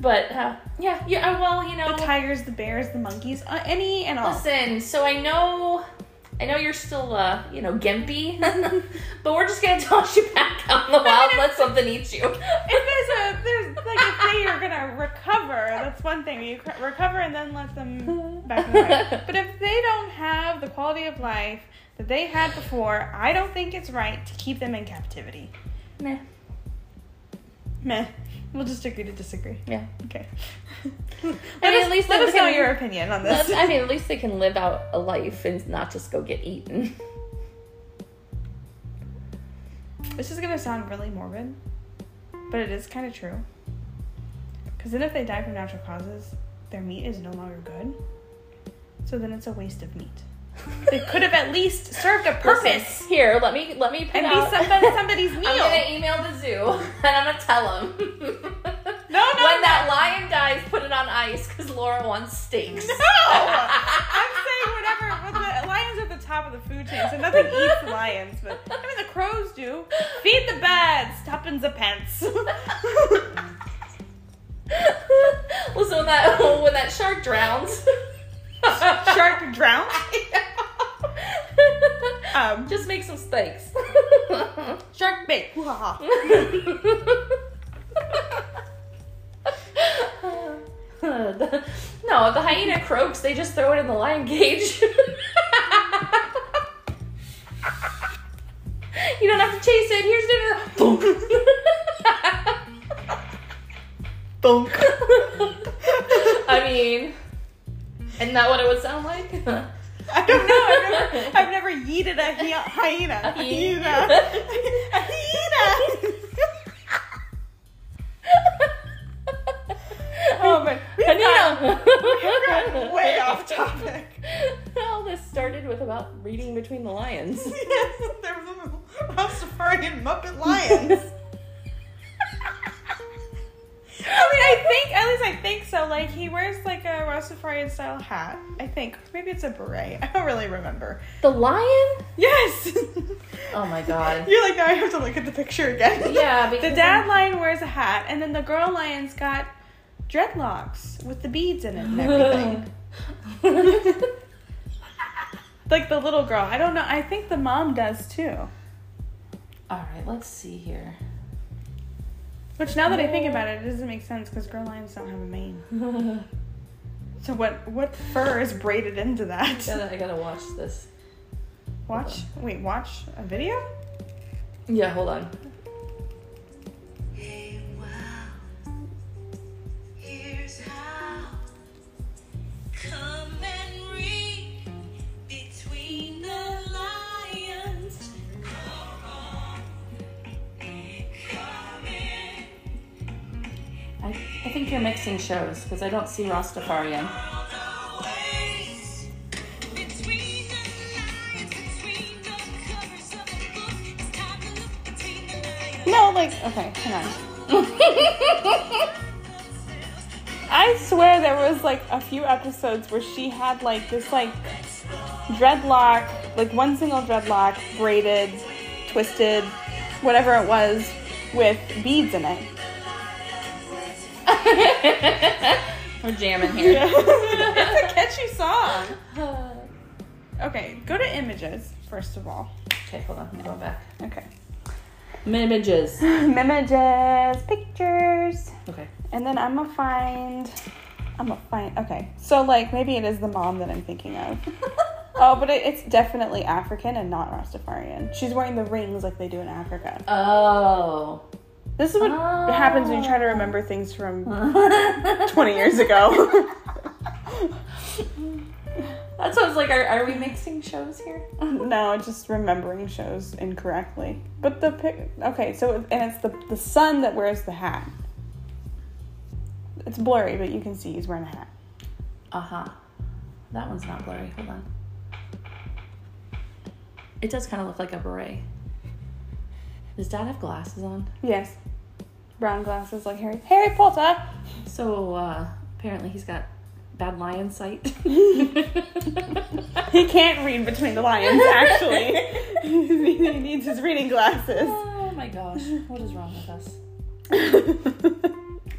Speaker 2: but uh, yeah, yeah. uh, Well, you know,
Speaker 1: The tigers, the bears, the monkeys, uh, any and all.
Speaker 2: listen. So I know, I know you're still, uh, you know, gimpy, but we're just gonna toss you back out in the wild. let something eat you.
Speaker 1: If there's a there's like if they are gonna recover, that's one thing. You cr- recover and then let them back in the life. But if they don't have the quality of life that they had before, I don't think it's right to keep them in captivity.
Speaker 2: Meh.
Speaker 1: Meh. We'll just agree to disagree.
Speaker 2: Yeah.
Speaker 1: Okay.
Speaker 2: I
Speaker 1: let
Speaker 2: mean,
Speaker 1: us,
Speaker 2: at least
Speaker 1: let
Speaker 2: they
Speaker 1: us know
Speaker 2: can-
Speaker 1: your opinion on this.
Speaker 2: I mean, at least they can live out a life and not just go get eaten.
Speaker 1: This is gonna sound really morbid, but it is kind of true. Because then, if they die from natural causes, their meat is no longer good. So then, it's a waste of meat. They could have at least served a purpose
Speaker 2: Listen, here, let me let me put
Speaker 1: and be
Speaker 2: out-
Speaker 1: somebody, somebody's meal.
Speaker 2: I'm gonna email the zoo and I'm gonna tell them.
Speaker 1: No, no,
Speaker 2: When that lion dies, put it on ice because Laura wants steaks.
Speaker 1: No, I'm saying whatever. But the lions are at the top of the food chain, so nothing eats lions. But I mean, the crows do. Feed the birds, tuppence a pence.
Speaker 2: Listen, when that when that shark drowns,
Speaker 1: Shark drowns. Um,
Speaker 2: just make some steaks.
Speaker 1: shark bait. Hoo-ha-ha.
Speaker 2: no, the hyena croaks. They just throw it in the lion cage. you don't have to chase it. Here's dinner.
Speaker 1: Thunk.
Speaker 2: I mean, isn't that what it would sound like?
Speaker 1: I don't know. I've never, I've never yeeted a hy- hyena. A
Speaker 2: hyena.
Speaker 1: A hyena. oh man, we've gotten- we've gotten way off topic.
Speaker 2: All this started with about reading between the lines.
Speaker 1: Yes, there was a Rastafarian Muppet Lions. I mean, I think, at least I think so. Like, he wears like a Rastafarian style hat. I think. Maybe it's a beret. I don't really remember.
Speaker 2: The lion?
Speaker 1: Yes!
Speaker 2: Oh my god.
Speaker 1: You're like, now I have to look at the picture again.
Speaker 2: Yeah, because
Speaker 1: The dad lion wears a hat, and then the girl lion's got dreadlocks with the beads in it and everything. like the little girl. I don't know. I think the mom does too.
Speaker 2: All right, let's see here.
Speaker 1: Which now that I think about it, it doesn't make sense because girl lions don't have a mane. So what what fur is braided into that?
Speaker 2: I gotta watch this.
Speaker 1: Watch wait, watch a video?
Speaker 2: Yeah, hold on.
Speaker 3: Hey, wow. Here's how. Come and read between the lions. Come on. Come in.
Speaker 2: I, I think you're mixing shows because I don't see Rastafarian.
Speaker 1: No, like okay, hang on. I swear there was like a few episodes where she had like this like dreadlock, like one single dreadlock, braided, twisted, whatever it was, with beads in it.
Speaker 2: We're jamming here.
Speaker 1: it's a catchy song. Okay, go to images first of all.
Speaker 2: Okay, hold on. Now I'm back.
Speaker 1: Okay,
Speaker 2: Images.
Speaker 1: images, pictures.
Speaker 2: Okay.
Speaker 1: And then I'm gonna find. I'm gonna find. Okay, so like maybe it is the mom that I'm thinking of. oh, but it, it's definitely African and not Rastafarian. She's wearing the rings like they do in Africa.
Speaker 2: Oh.
Speaker 1: This is what happens when you try to remember things from 20 years ago.
Speaker 2: That sounds like are, are we mixing shows here?
Speaker 1: no, just remembering shows incorrectly. But the pic. Okay, so and it's the the son that wears the hat. It's blurry, but you can see he's wearing a hat.
Speaker 2: Uh huh. That one's not blurry. Hold on. It does kind of look like a beret. Does Dad have glasses on?
Speaker 1: Yes, brown glasses like Harry Harry Potter.
Speaker 2: So uh, apparently he's got bad lion sight.
Speaker 1: He can't read between the lines, actually. he needs his reading glasses.
Speaker 2: oh my gosh, what is wrong with us?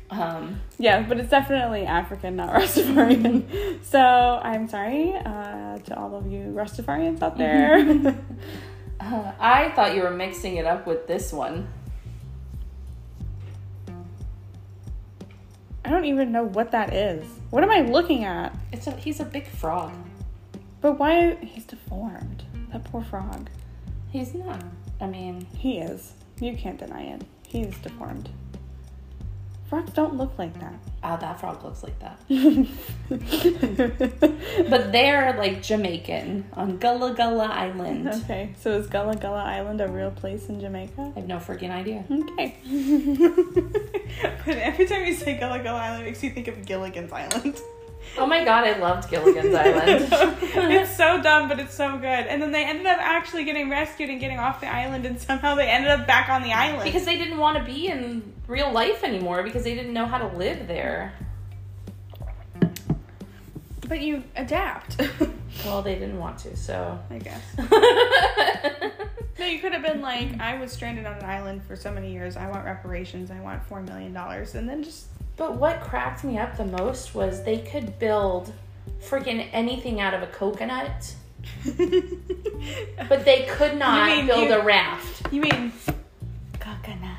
Speaker 2: Um,
Speaker 1: yeah, but it's definitely African, not Rastafarian. so I'm sorry uh, to all of you Rastafarians out there.
Speaker 2: uh, I thought you were mixing it up with this one.
Speaker 1: I don't even know what that is. What am I looking at?
Speaker 2: It's a, he's a big frog.
Speaker 1: But why? He's deformed. That poor frog.
Speaker 2: He's not. I mean,
Speaker 1: He is. You can't deny it. He's deformed. Frogs don't look like that.
Speaker 2: oh, that frog looks like that.
Speaker 1: but
Speaker 2: But they're like Jamaican on Gullah Gullah Island. I
Speaker 1: okay, so is Gullah Gullah Island a real place in Jamaica?
Speaker 2: have no freaking idea.
Speaker 1: Okay. but every time you say Gullah Gullah Island, it makes you think of Gilligan's Island.
Speaker 2: Oh my god, I loved Gilligan's Island.
Speaker 1: it's so dumb, but it's so good. And then they ended up actually getting rescued and getting off the island, and somehow they ended up back on the island.
Speaker 2: because they didn't want to be in real life anymore because they didn't know how to live there.
Speaker 1: but you adapt,
Speaker 2: Well, they didn't want to, so.
Speaker 1: I guess.
Speaker 2: I
Speaker 1: No, you could have been like, I was stranded on an island for so many years. I want reparations. I want four million dollars, and then just
Speaker 2: But what cracked me up the most was they could build freaking anything out of a coconut, but they could not
Speaker 1: mean
Speaker 2: build
Speaker 1: you-
Speaker 2: a raft.
Speaker 1: you mean coconut?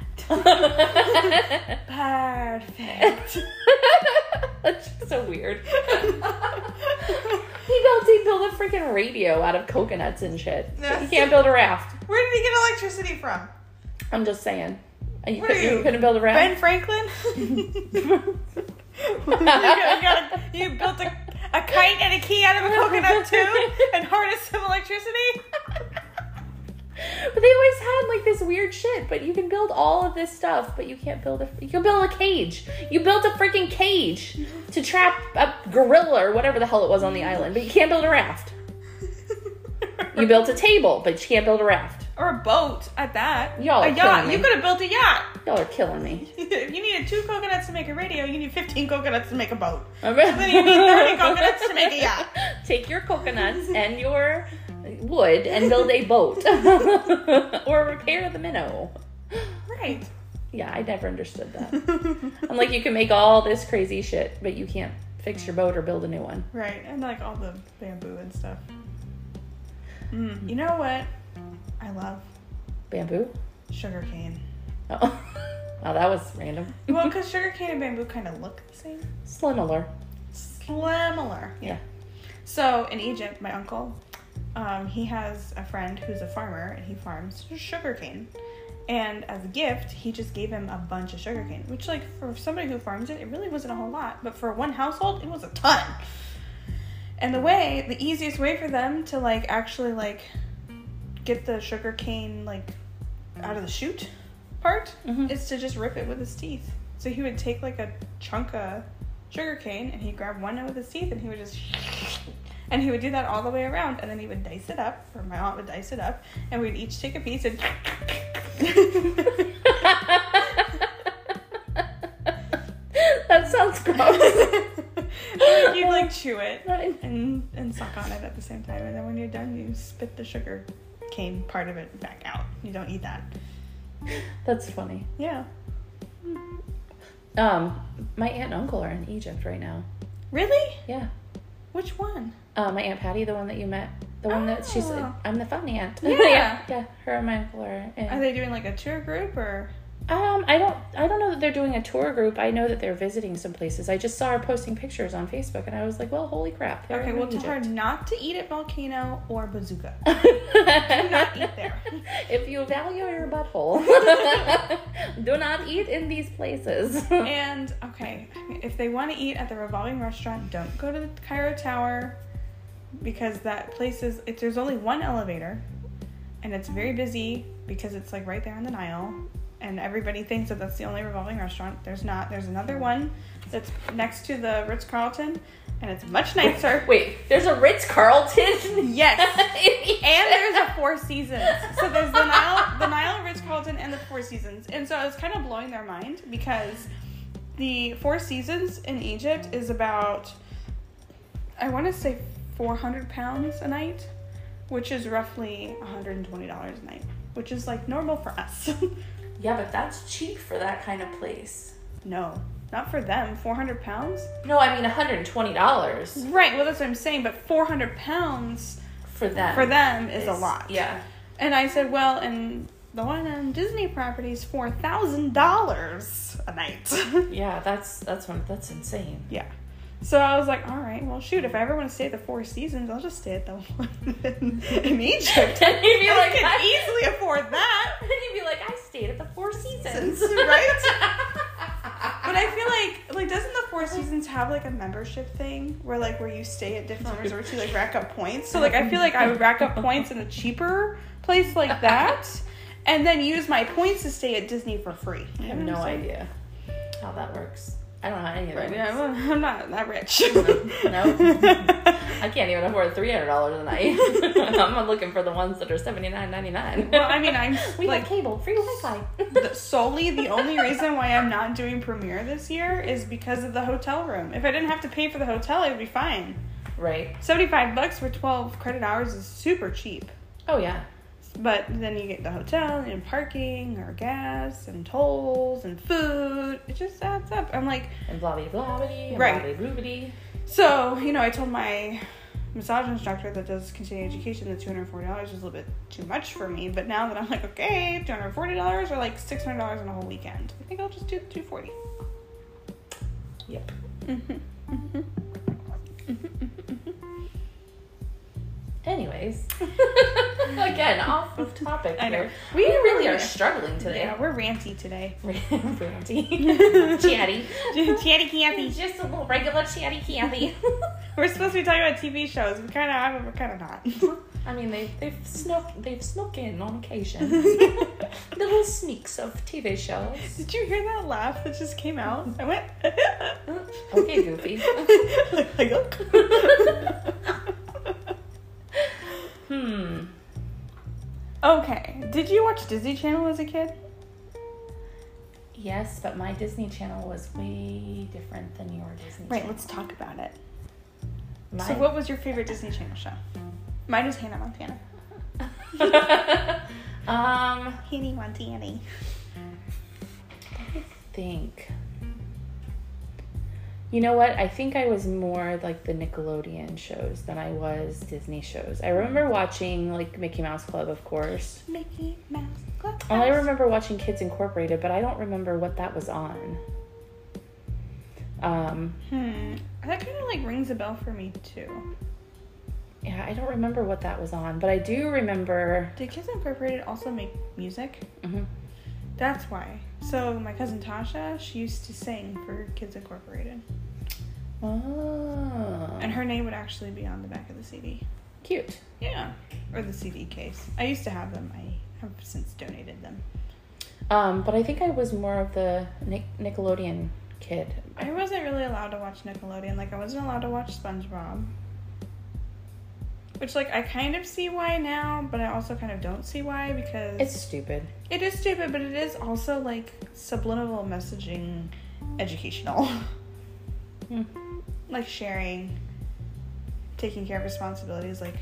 Speaker 1: Perfect.
Speaker 2: That's just so weird. he built he built a freaking radio out of coconuts and shit. But he
Speaker 1: That's-
Speaker 2: can't build a raft.
Speaker 1: Where did he get electricity from?
Speaker 2: I'm just saying. You,
Speaker 1: What are
Speaker 2: could, you
Speaker 1: you,
Speaker 2: couldn't build a
Speaker 1: Ben
Speaker 2: raft.
Speaker 1: Franklin? you, got a, you built a, a kite and a key out of a coconut too and harnessed some electricity?
Speaker 2: But they always had like this weird shit. But you can build all of this stuff, but you can't build a. You can build a cage. You built a freaking cage to trap a gorilla or whatever the hell it was on the island. But you can't build a raft. You built a table, but you can't build a raft.
Speaker 1: or a boat at that.
Speaker 2: Y'all are
Speaker 1: a yacht.
Speaker 2: killing
Speaker 1: You
Speaker 2: me.
Speaker 1: could have built a yacht.
Speaker 2: Y'all are killing me.
Speaker 1: If you needed two coconuts to make a radio, you need 15 coconuts to make a boat.
Speaker 2: Then
Speaker 1: you need 30 coconuts to make a yacht.
Speaker 2: Take your coconuts and your wood and build a boat or repair the minnow.
Speaker 1: Right.
Speaker 2: Yeah, I never understood that. I'm like, you can make all this crazy shit, but you can't fix your boat or build a new one.
Speaker 1: right. And like all the bamboo and stuff. Mm, you know what? I love
Speaker 2: Bamboo?
Speaker 1: sugarcane.
Speaker 2: Oh, wow, that was random.
Speaker 1: Well, because sugarcane and bamboo kind of look the same.
Speaker 2: Slinolor.
Speaker 1: Similar.
Speaker 2: Yeah.
Speaker 1: So in Egypt, my uncle, um, he has a friend who's a farmer and he farms sugarcane. And as a gift, he just gave him a bunch of sugarcane, which, like, for somebody who farms it, it really wasn't a whole lot. But for one household, it was a ton. And the way, the easiest way for them to, like, actually, like, get the sugarcane, like, out of the shoot part
Speaker 2: Mhm.
Speaker 1: is to just rip it with his teeth. So he would take, like, a chunk of sugarcane and he'd grab one end with his teeth and he would just and he would do that all the way around and then he would dice it up or my aunt would dice it up and we'd each take a piece and
Speaker 2: that sounds gross.
Speaker 1: you'd like chew it
Speaker 2: Right.
Speaker 1: and and suck on it at the same time and then when you're done you spit the sugar cane part of it back out you don't eat that
Speaker 2: That's funny.
Speaker 1: yeah
Speaker 2: Um, my aunt and uncle are in Egypt right now.
Speaker 1: really
Speaker 2: Yeah.
Speaker 1: which one
Speaker 2: Uh, my aunt Patty, the one that you met, the one that she's
Speaker 1: Oh.
Speaker 2: I'm the funny aunt.
Speaker 1: Yeah.
Speaker 2: yeah, yeah, Her and my uncle are. In.
Speaker 1: are they doing like a tour group or
Speaker 2: um, I don't, I don't know that they're doing a tour group. I know that they're visiting some places. I just saw her posting pictures on Facebook, and I was like, well, holy crap. They're
Speaker 1: okay
Speaker 2: in
Speaker 1: well tell her
Speaker 2: Egypt.
Speaker 1: not to eat at volcano or bazooka
Speaker 2: do
Speaker 1: not eat there.
Speaker 2: if you value your butthole, do not eat in these places.
Speaker 1: And okay, I mean, if they want to eat at the revolving restaurant, don't go to the Cairo Tower because that place is it, there's only one elevator and it's very busy because it's like right there on the Nile and everybody thinks that that's the only revolving restaurant. There's not. There's another one that's next to the Ritz-Carlton and it's much nicer.
Speaker 2: Wait, there's a Ritz Carlton.
Speaker 1: Yes. And there's a Four Seasons. So there's the Nile, the Nile Ritz Carlton, and the Four Seasons. And so I was kind of blowing their mind because the Four Seasons in Egypt is about, I want to say, 400 pounds a night, which is roughly $120 a night, which is like normal for us.
Speaker 2: Yeah, but that's cheap for that kind of place.
Speaker 1: No, not for them. 400 pounds?
Speaker 2: No, I mean one hundred and twenty dollars
Speaker 1: Right, well, that's what I'm saying, but 400 pounds
Speaker 2: for them.
Speaker 1: for them is, a lot.
Speaker 2: Um, Yeah.
Speaker 1: And I said, well, and the one on Disney property is $4,000 a night.
Speaker 2: Yeah, that's that's one that's insane.
Speaker 1: yeah. So I was like, all right, well, shoot, if I ever want to stay at the Four Seasons, I'll just stay at the one in, in Egypt.
Speaker 2: Then you'd be
Speaker 1: I
Speaker 2: like,
Speaker 1: can
Speaker 2: I,
Speaker 1: easily afford that.
Speaker 2: then you'd be like, I stayed at the Four Seasons,
Speaker 1: Right? But I feel like, like, doesn't the Four Seasons have like a membership thing where like where you stay at different resorts, you like rack up points? So like, I feel like I would rack up points in a cheaper place like that, and then use my points to stay at Disney for free.
Speaker 2: I have no idea how that works. I don't know how any of that
Speaker 1: Right,
Speaker 2: works.
Speaker 1: yeah, I'm I'm not that rich.
Speaker 2: no. I can't even afford three hundred dollars a night. I'm looking for the ones that are seventy nine ninety nine.
Speaker 1: well, I mean, I'm
Speaker 2: we
Speaker 1: like
Speaker 2: have cable, free Wi Fi.
Speaker 1: the- solely the only reason why I'm not doing premiere this year is because of the hotel room. If I didn't have to pay for the hotel, it would be fine.
Speaker 2: right.
Speaker 1: 75 bucks for 12 credit hours is super cheap.
Speaker 2: Oh yeah.
Speaker 1: But then you get the hotel and parking or gas and tolls and food. It just adds up. I'm like,
Speaker 2: And blah blah blah blah and
Speaker 1: Right.
Speaker 2: blah blah blah blah.
Speaker 1: so, you know, I told my massage instructor that does continuing education that $240 was a little bit too much for me. But now that I'm like, okay, $240 or like $600 on a whole weekend, I think I'll just do 240
Speaker 2: Yep. Anyways, again, off of topic.
Speaker 1: I know.
Speaker 2: here. We really
Speaker 1: Yeah.
Speaker 2: are struggling today.
Speaker 1: Yeah, we're ranty today.
Speaker 2: Ranty. chatty.
Speaker 1: Chatty Cathy.
Speaker 2: He's just a little regular chatty Cathy.
Speaker 1: We're supposed to be talking about TV shows. We kind of are, but we're kind of not.
Speaker 2: I mean, they, they've snuck they've snuck in on occasion
Speaker 1: Did
Speaker 2: little sneaks of TV shows.
Speaker 1: you hear that laugh that just came out? I went.
Speaker 2: Okay, Goofy.
Speaker 1: Like, oh. like, "Yuck."
Speaker 2: Hmm.
Speaker 1: okay. Did you watch Disney Channel as a kid?
Speaker 2: Yes, but my Disney Channel was way different than your Disney.
Speaker 1: Right.
Speaker 2: Channel.
Speaker 1: Let's talk about it.
Speaker 2: My-
Speaker 1: So, what was your favorite Disney Channel show? Mine is Hannah Montana.
Speaker 2: um,
Speaker 1: Hannah Montana.
Speaker 2: I think. You know what? I think I was more like the Nickelodeon shows than I was Disney shows. I remember watching like Mickey Mouse Club, of course.
Speaker 1: Mickey Mouse Club.
Speaker 2: And Oh, I remember watching Kids Incorporated, but I don't remember what that was on. Um,
Speaker 1: Hmm. That kind of like rings a bell for me too.
Speaker 2: yeah, I don't remember what that was on, but I do remember.
Speaker 1: Did Kids Incorporated also make music?
Speaker 2: Mhm.
Speaker 1: That's why. So my cousin Tasha, she used to sing for Kids Incorporated,
Speaker 2: Oh,
Speaker 1: and her name would actually be on the back of the CD.
Speaker 2: cute.
Speaker 1: Yeah, or the CD case. I used to have them. I have since donated them.
Speaker 2: Um, but I think I was more of the Nic- Nickelodeon kid.
Speaker 1: I wasn't really allowed to watch Nickelodeon. Like I wasn't allowed to watch SpongeBob. Which like I kind of see why now, but I also kind of don't see why because
Speaker 2: It's stupid.
Speaker 1: It is stupid, but it is also like subliminal messaging, educational.
Speaker 2: Hmm.
Speaker 1: like sharing, taking care of responsibilities. Like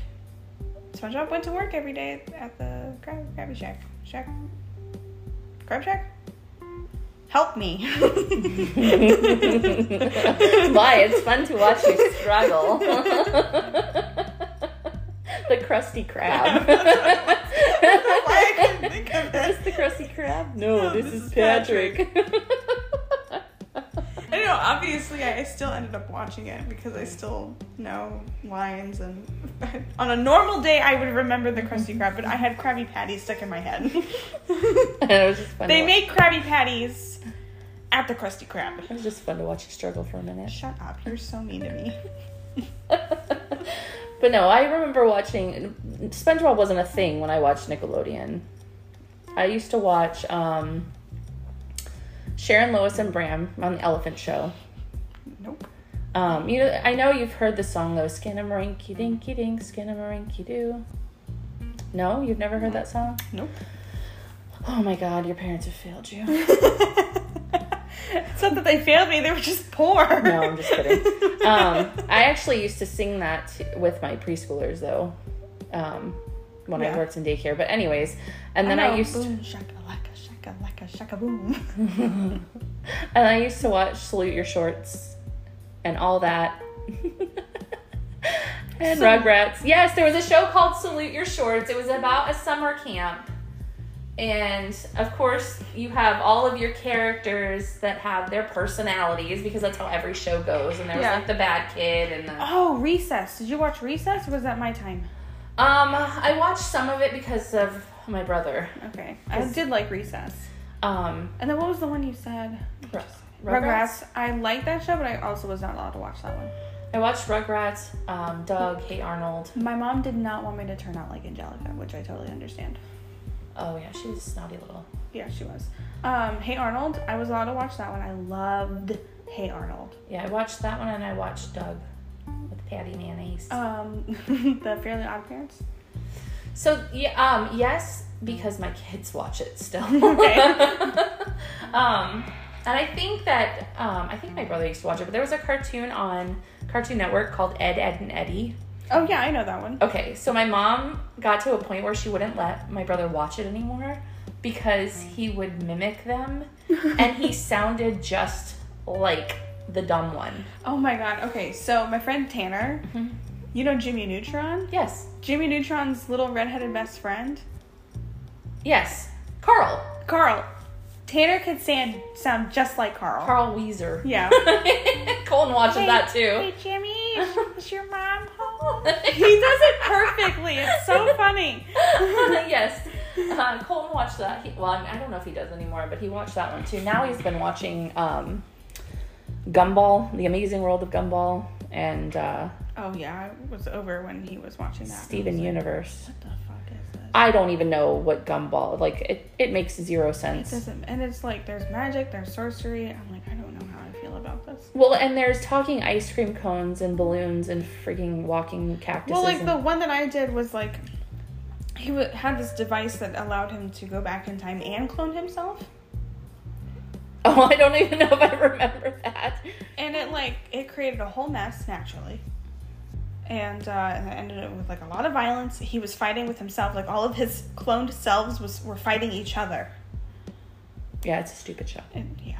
Speaker 1: SpongeBob went to work every day at the crab, Krabby Shack. Shack? Crab Shack? Help me.
Speaker 2: Why? It's fun to watch you struggle. the crusty crab.
Speaker 1: Why I couldn't think of
Speaker 2: Just
Speaker 1: it.
Speaker 2: the crusty crab?
Speaker 1: No, this is Patrick.
Speaker 2: Patrick.
Speaker 1: I don't know, obviously I I still ended up watching it because I still know lines and on a normal day I would remember the Krusty Krab, but I had Krabby Patty stuck in my head.
Speaker 2: And it was just fun.
Speaker 1: they
Speaker 2: to
Speaker 1: make Krabby Patties at the Krusty Krab.
Speaker 2: Watch. It was just fun to watch you struggle for a minute.
Speaker 1: Shut up, you're so mean to me.
Speaker 2: but no, I remember watching. SpongeBob wasn't a thing when I watched Nickelodeon. I used to watch um, Sharon Lois and Bram on the Elephant Show.
Speaker 1: Nope.
Speaker 2: Um, you know, I know you've heard the song though, "Skinnamarink Dinky Dink, Skinnamarink Doo." No, you've never heard that song.
Speaker 1: Nope.
Speaker 2: Oh my God, your parents have failed you.
Speaker 1: it's not that they failed me, they were just poor.
Speaker 2: No, I'm just kidding. Um, I actually used to sing that t- with my preschoolers though. Um, when I
Speaker 1: Yeah.
Speaker 2: worked in daycare. But anyways, and then I,
Speaker 1: know,
Speaker 2: used to,
Speaker 1: boom, shaka laka shaka laka shaka boom.
Speaker 2: and I used to watch Salute Your Shorts and all that. and Rugrats. Yes, there was a show called Salute Your Shorts. It was about a summer camp. And of course, you have all of your characters that have their personalities because that's how every show goes. And there was
Speaker 1: Yeah.
Speaker 2: like the bad kid and the
Speaker 1: Oh, Recess. Did you watch Recess or was that my time?
Speaker 2: Um, I watched some of it because of my brother.
Speaker 1: Okay. I did like Recess.
Speaker 2: Um,
Speaker 1: And then what was the one you said?
Speaker 2: Ru- Rugrats.
Speaker 1: Rugrats. I liked that show, but I also was not allowed to watch that one.
Speaker 2: I watched Rugrats, um, Doug, Hey Arnold.
Speaker 1: My mom did not want me to turn out like Angelica, which I totally understand.
Speaker 2: Oh yeah, she was snotty little.
Speaker 1: Yeah, she was. Um, hey Arnold. I was allowed to watch that one. I loved Hey Arnold.
Speaker 2: Yeah, I watched that one and I watched Doug with Patty Mayonnaise.
Speaker 1: Um, the Fairly Odd Parents.
Speaker 2: so yeah, um, yes, because my kids watch it still.
Speaker 1: Okay.
Speaker 2: um, and I think that um, I think my brother used to watch it, but there was a cartoon on Cartoon Network called Ed, Ed and Eddie.
Speaker 1: Oh yeah, I know that one.
Speaker 2: Okay, so my mom got to a point where she wouldn't let my brother watch it anymore because he would mimic them and he sounded just like the dumb one.
Speaker 1: Oh my god. Okay, so my friend Tanner, you know Jimmy Neutron?
Speaker 2: Yes.
Speaker 1: Jimmy Neutron's little redheaded best friend,
Speaker 2: Yes. Carl.
Speaker 1: Carl. Tanner could sound sound just like Carl.
Speaker 2: Carl Weezer.
Speaker 1: Yeah.
Speaker 2: Colin watches that too.
Speaker 1: Hey Jimmy, is your mom home? he does it perfectly. It's so funny.
Speaker 2: yes. Uh, Colin watched that. He, well, I, mean, I don't know if he does anymore, but he watched that one too. Now he's been watching um, Gumball, The Amazing World of Gumball, and uh,
Speaker 1: Oh yeah, I was over when he was watching that.
Speaker 2: Steven Universe.
Speaker 1: What the fuck is this?
Speaker 2: I don't even know what gumball. Like it, it makes zero sense.
Speaker 1: doesn't and it's like there's magic, there's sorcery. I'm like, I don't know how I feel about this.
Speaker 2: Well, and there's talking ice cream cones and balloons and freaking walking cactuses.
Speaker 1: Well, like
Speaker 2: and-
Speaker 1: the one that I did was like he w- had this device that allowed him to go back in time and clone himself,
Speaker 2: oh, I don't even know if I remember that.
Speaker 1: and it like it created a whole mess naturally. And uh, and I ended up with like a lot of violence. He was fighting with himself, like all of his cloned selves was were fighting each other.
Speaker 2: Yeah, it's a stupid show.
Speaker 1: And yeah,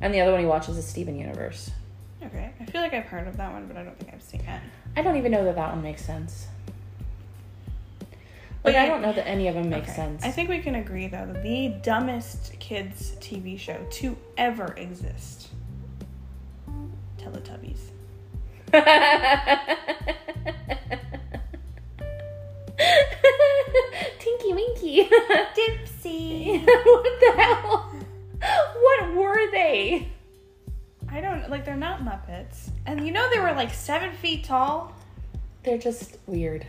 Speaker 2: And the other one he watches is Steven Universe.
Speaker 1: okay. I feel like I've heard of that one, but I don't think I've seen it.
Speaker 2: I don't even know that that one makes sense. Like I
Speaker 1: Wait.
Speaker 2: don't know that any of them make
Speaker 1: Okay.
Speaker 2: sense.
Speaker 1: I think we can agree though that the dumbest kids TV show to ever exist. Teletubbies.
Speaker 2: Tinky Winky.
Speaker 1: Dipsy.
Speaker 2: what the hell? What were they?
Speaker 1: I don't like they're not Muppets. And you know they were like seven feet tall
Speaker 2: They're just weird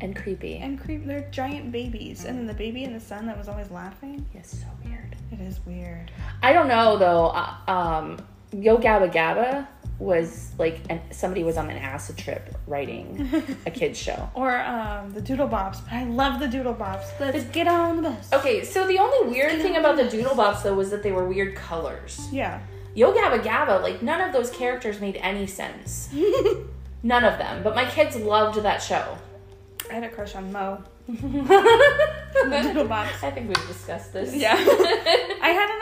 Speaker 2: and creepy.
Speaker 1: and creep they're giant babies. And then the baby in the sun that was always laughing.
Speaker 2: Yes, so weird.
Speaker 1: It is weird.
Speaker 2: I don't know though. Uh, um, Yo Gabba Gabba was like an, somebody was on an acid trip writing a kids show.
Speaker 1: Or um the doodle bobs, but I love the Oh. doodle bobs. Let's get on the bus.
Speaker 2: Okay, so the only weird thing about the Doodlebops though was that they were weird colors.
Speaker 1: Yeah.
Speaker 2: Yo Gabba Gabba, like none of those characters made any sense. None of them. But my kids loved that show.
Speaker 1: I had a crush on Mo. Doodlebops.
Speaker 2: I think we've discussed this.
Speaker 1: I had to know.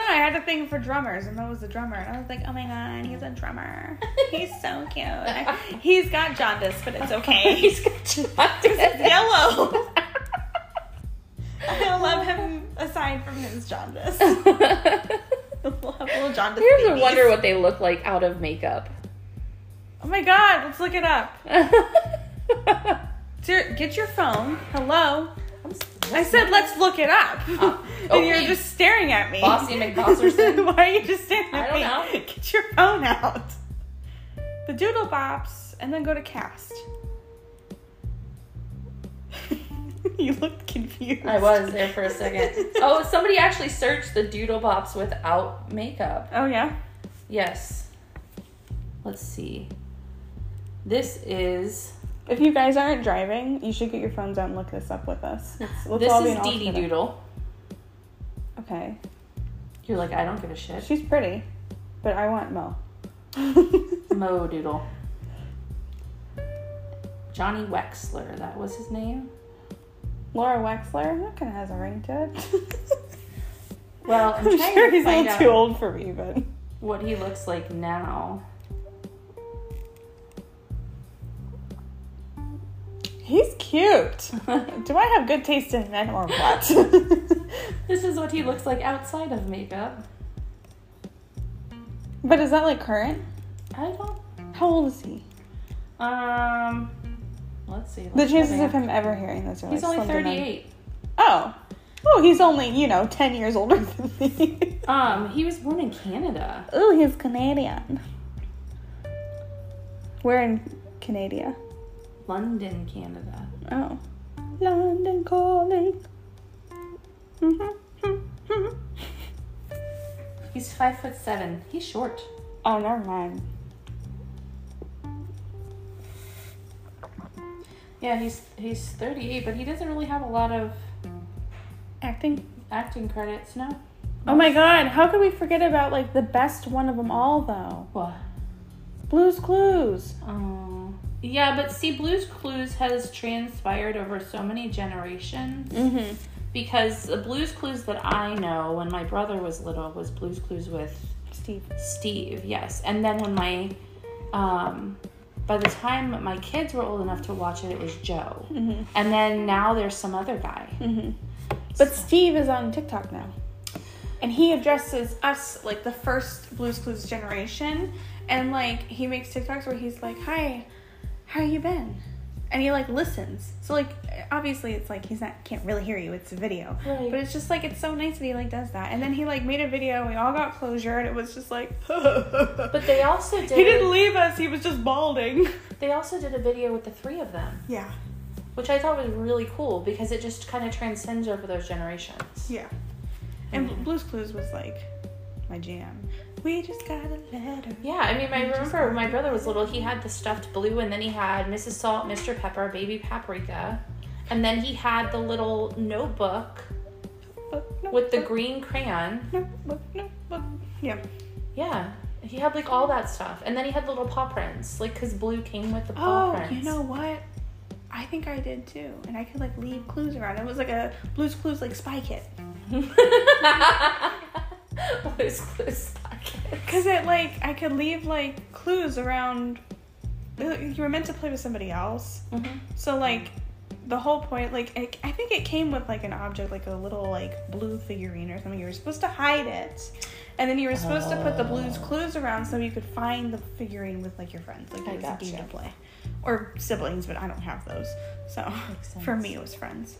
Speaker 1: I had a thing for drummers, and Mo was the drummer. And I was like, oh my god, he's a drummer. He's so cute. I- he's got jaundice, but it's okay.
Speaker 2: He's got jaundice.
Speaker 1: It's yellow. I love him aside from his jaundice. Oh I love little jaundice
Speaker 2: Here's a
Speaker 1: babies.
Speaker 2: wonder what they look like out of makeup.
Speaker 1: Oh my god, let's look it up. Ser- Get your phone. Hello. I said, let's look it up.
Speaker 2: oh,
Speaker 1: and you're
Speaker 2: please.
Speaker 1: just staring at me.
Speaker 2: Bossy McBosserson.
Speaker 1: Why are you just staring
Speaker 2: I
Speaker 1: at
Speaker 2: don't
Speaker 1: me?
Speaker 2: know.
Speaker 1: Get your phone out. The Doodle Bops, and then go to cast. you looked confused.
Speaker 2: I was there for a second. Oh, somebody actually searched the Doodle Bops without makeup.
Speaker 1: Oh yeah.
Speaker 2: Yes. Let's see. This is
Speaker 1: If you guys aren't driving, you should get your phones out and look this up with us. Let's, let's
Speaker 2: this
Speaker 1: all be
Speaker 2: is
Speaker 1: an
Speaker 2: Dee Dee
Speaker 1: alternate.
Speaker 2: Doodle.
Speaker 1: Okay,
Speaker 2: You're like I don't give a shit.
Speaker 1: she's pretty, but I want Mo.
Speaker 2: Mo Doodle. Johnny Wexler, that was his name.
Speaker 1: Laura Wexler? That kind of has a ring to it.
Speaker 2: Well, I'm,
Speaker 1: I'm
Speaker 2: trying
Speaker 1: sure
Speaker 2: to
Speaker 1: he's a
Speaker 2: find
Speaker 1: little
Speaker 2: out
Speaker 1: too old for me, but
Speaker 2: what he looks like now.
Speaker 1: he's cute. Do I have good taste in men or what?
Speaker 2: This is what he looks like outside of makeup.
Speaker 1: but is that like current?
Speaker 2: I don't.
Speaker 1: How old is he?
Speaker 2: Um, let's see.
Speaker 1: The
Speaker 2: let's
Speaker 1: chances
Speaker 2: go
Speaker 1: of
Speaker 2: back.
Speaker 1: him ever hearing this are
Speaker 2: He's
Speaker 1: like
Speaker 2: only
Speaker 1: slim to none.
Speaker 2: 38.
Speaker 1: Oh. Oh, he's only, you know, 10 years older than me.
Speaker 2: Um, he was born in Canada.
Speaker 1: Ooh, Oh, he's Canadian. We're in Canada.
Speaker 2: London, Canada.
Speaker 1: Oh. London calling. Mm-hmm.
Speaker 2: He's five foot seven. He's short.
Speaker 1: Oh, never mind.
Speaker 2: Yeah, he's he's 38, but he doesn't really have a lot of
Speaker 1: Acting.
Speaker 2: acting credits. No.
Speaker 1: Oh my god, how could we forget about like the best one of them all though?
Speaker 2: What?
Speaker 1: Blues Clues.
Speaker 2: Oh. Yeah, but see, Blue's Clues has transpired over so many generations.
Speaker 1: Mm-hmm.
Speaker 2: Because the Blues Clues that I know when my brother was little was Blues Clues with
Speaker 1: Steve.
Speaker 2: Steve, yes. And then when my, um, by the time my kids were old enough to watch it, it was Joe.
Speaker 1: Mhm.
Speaker 2: And then now there's some other guy.
Speaker 1: Mm-hmm. But Steve is on TikTok now. And he addresses us like the first Blues Clues generation. And like he makes TikToks where he's like, Hi, how you been? And he like listens. So like obviously it's like he's not can't really hear you, it's a video.
Speaker 2: Right.
Speaker 1: But it's just like it's so nice that he like does that. And then he like made a video and we all got closure and it was just like
Speaker 2: But
Speaker 1: But
Speaker 2: they also did.
Speaker 1: He didn't leave us, he was just balding.
Speaker 2: They also did a video with the three of them,
Speaker 1: Yeah.
Speaker 2: which I thought was really cool because it just kind of transcends over those generations.
Speaker 1: Yeah. And Bl- Blues Clues was like my jam. We just got a letter.
Speaker 2: Yeah, I mean, I
Speaker 1: Mm-hmm.
Speaker 2: remember when my brother was little, he had the stuffed blue, and then he had Mrs. Salt, Mr. Pepper, Baby Paprika, and then he had the little notebook with the green crayon.
Speaker 1: notebook, notebook. Yeah.
Speaker 2: Yeah, he had like all that stuff, and then he had little paw prints, like because blue came with the paw
Speaker 1: Oh,
Speaker 2: prints.
Speaker 1: you know what? I think I did too, and I could like leave clues around. It was like a Blues Clues like spy kit,
Speaker 2: Blue's Clues pockets.
Speaker 1: cause it like I could leave like clues around. You were meant to play with somebody else,
Speaker 2: Mhm.
Speaker 1: so like the whole point, like it, I think it came with like an object, like a little like blue figurine or something. You were supposed to hide it, and then you were supposed to put the Blues
Speaker 2: Oh.
Speaker 1: Clues around so you could find the figurine with like your friends. Like
Speaker 2: I
Speaker 1: it was a game
Speaker 2: gotcha.
Speaker 1: to play, or siblings, but I don't have those, so.
Speaker 2: Makes
Speaker 1: For
Speaker 2: sense.
Speaker 1: me, it was Friends.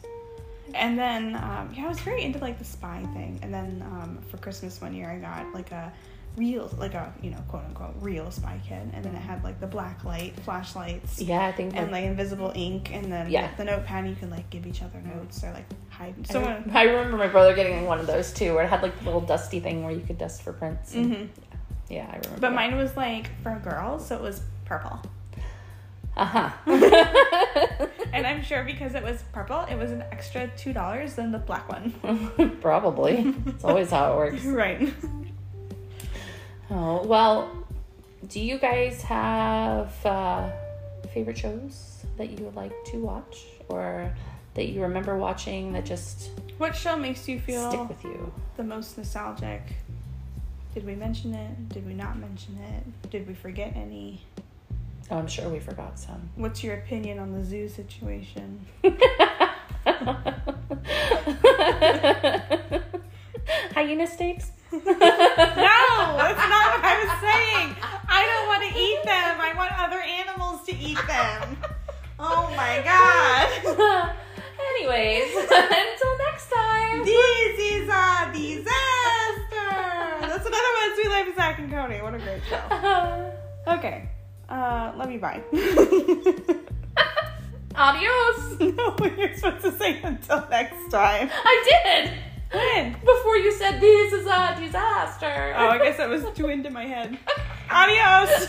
Speaker 1: And then, um, yeah, I was very into like the spy thing. And then um, for Christmas one year, I got like a real, like a you know, quote unquote real spy kit. And then it had like the black light, flashlights,
Speaker 2: Yeah, I think
Speaker 1: and
Speaker 2: like.
Speaker 1: like invisible ink. And then
Speaker 2: Yeah.
Speaker 1: the notepad, you can like give each other notes or like hide.
Speaker 2: So
Speaker 1: So
Speaker 2: I remember my brother getting one of those too, where it had like the little dusty thing where you could dust for prints. and-
Speaker 1: Mhm.
Speaker 2: Yeah, I remember.
Speaker 1: But mine was like for girls, so it was purple.
Speaker 2: Uh huh.
Speaker 1: And I'm sure because it was purple, it was an extra two dollars than the black one.
Speaker 2: Uh-huh. Probably. It's always how it works.
Speaker 1: right.
Speaker 2: Oh, well, do you guys have uh, favorite shows that you would like to watch or that you remember watching that just
Speaker 1: What show makes you feel
Speaker 2: stick with you?
Speaker 1: the most nostalgic. Did we mention it? Did we not mention it? Did we forget any?
Speaker 2: Oh, I'm sure we forgot some.
Speaker 1: What's your opinion on the zoo situation?
Speaker 2: Hyena steaks?
Speaker 1: No, that's not what I was saying. I don't want to eat them. I want other animals to eat them. Oh my god.
Speaker 2: Anyways, until next time.
Speaker 1: This is a disaster. That's another one. Sweet Life of Zach and Cody. What a great show. Okay. Uh, love you. Bye.
Speaker 2: Adios.
Speaker 1: no, you're supposed to say until next time.
Speaker 2: I did.
Speaker 1: When?
Speaker 2: Before you said this is a disaster.
Speaker 1: Oh, I guess that was too into my head. Adios!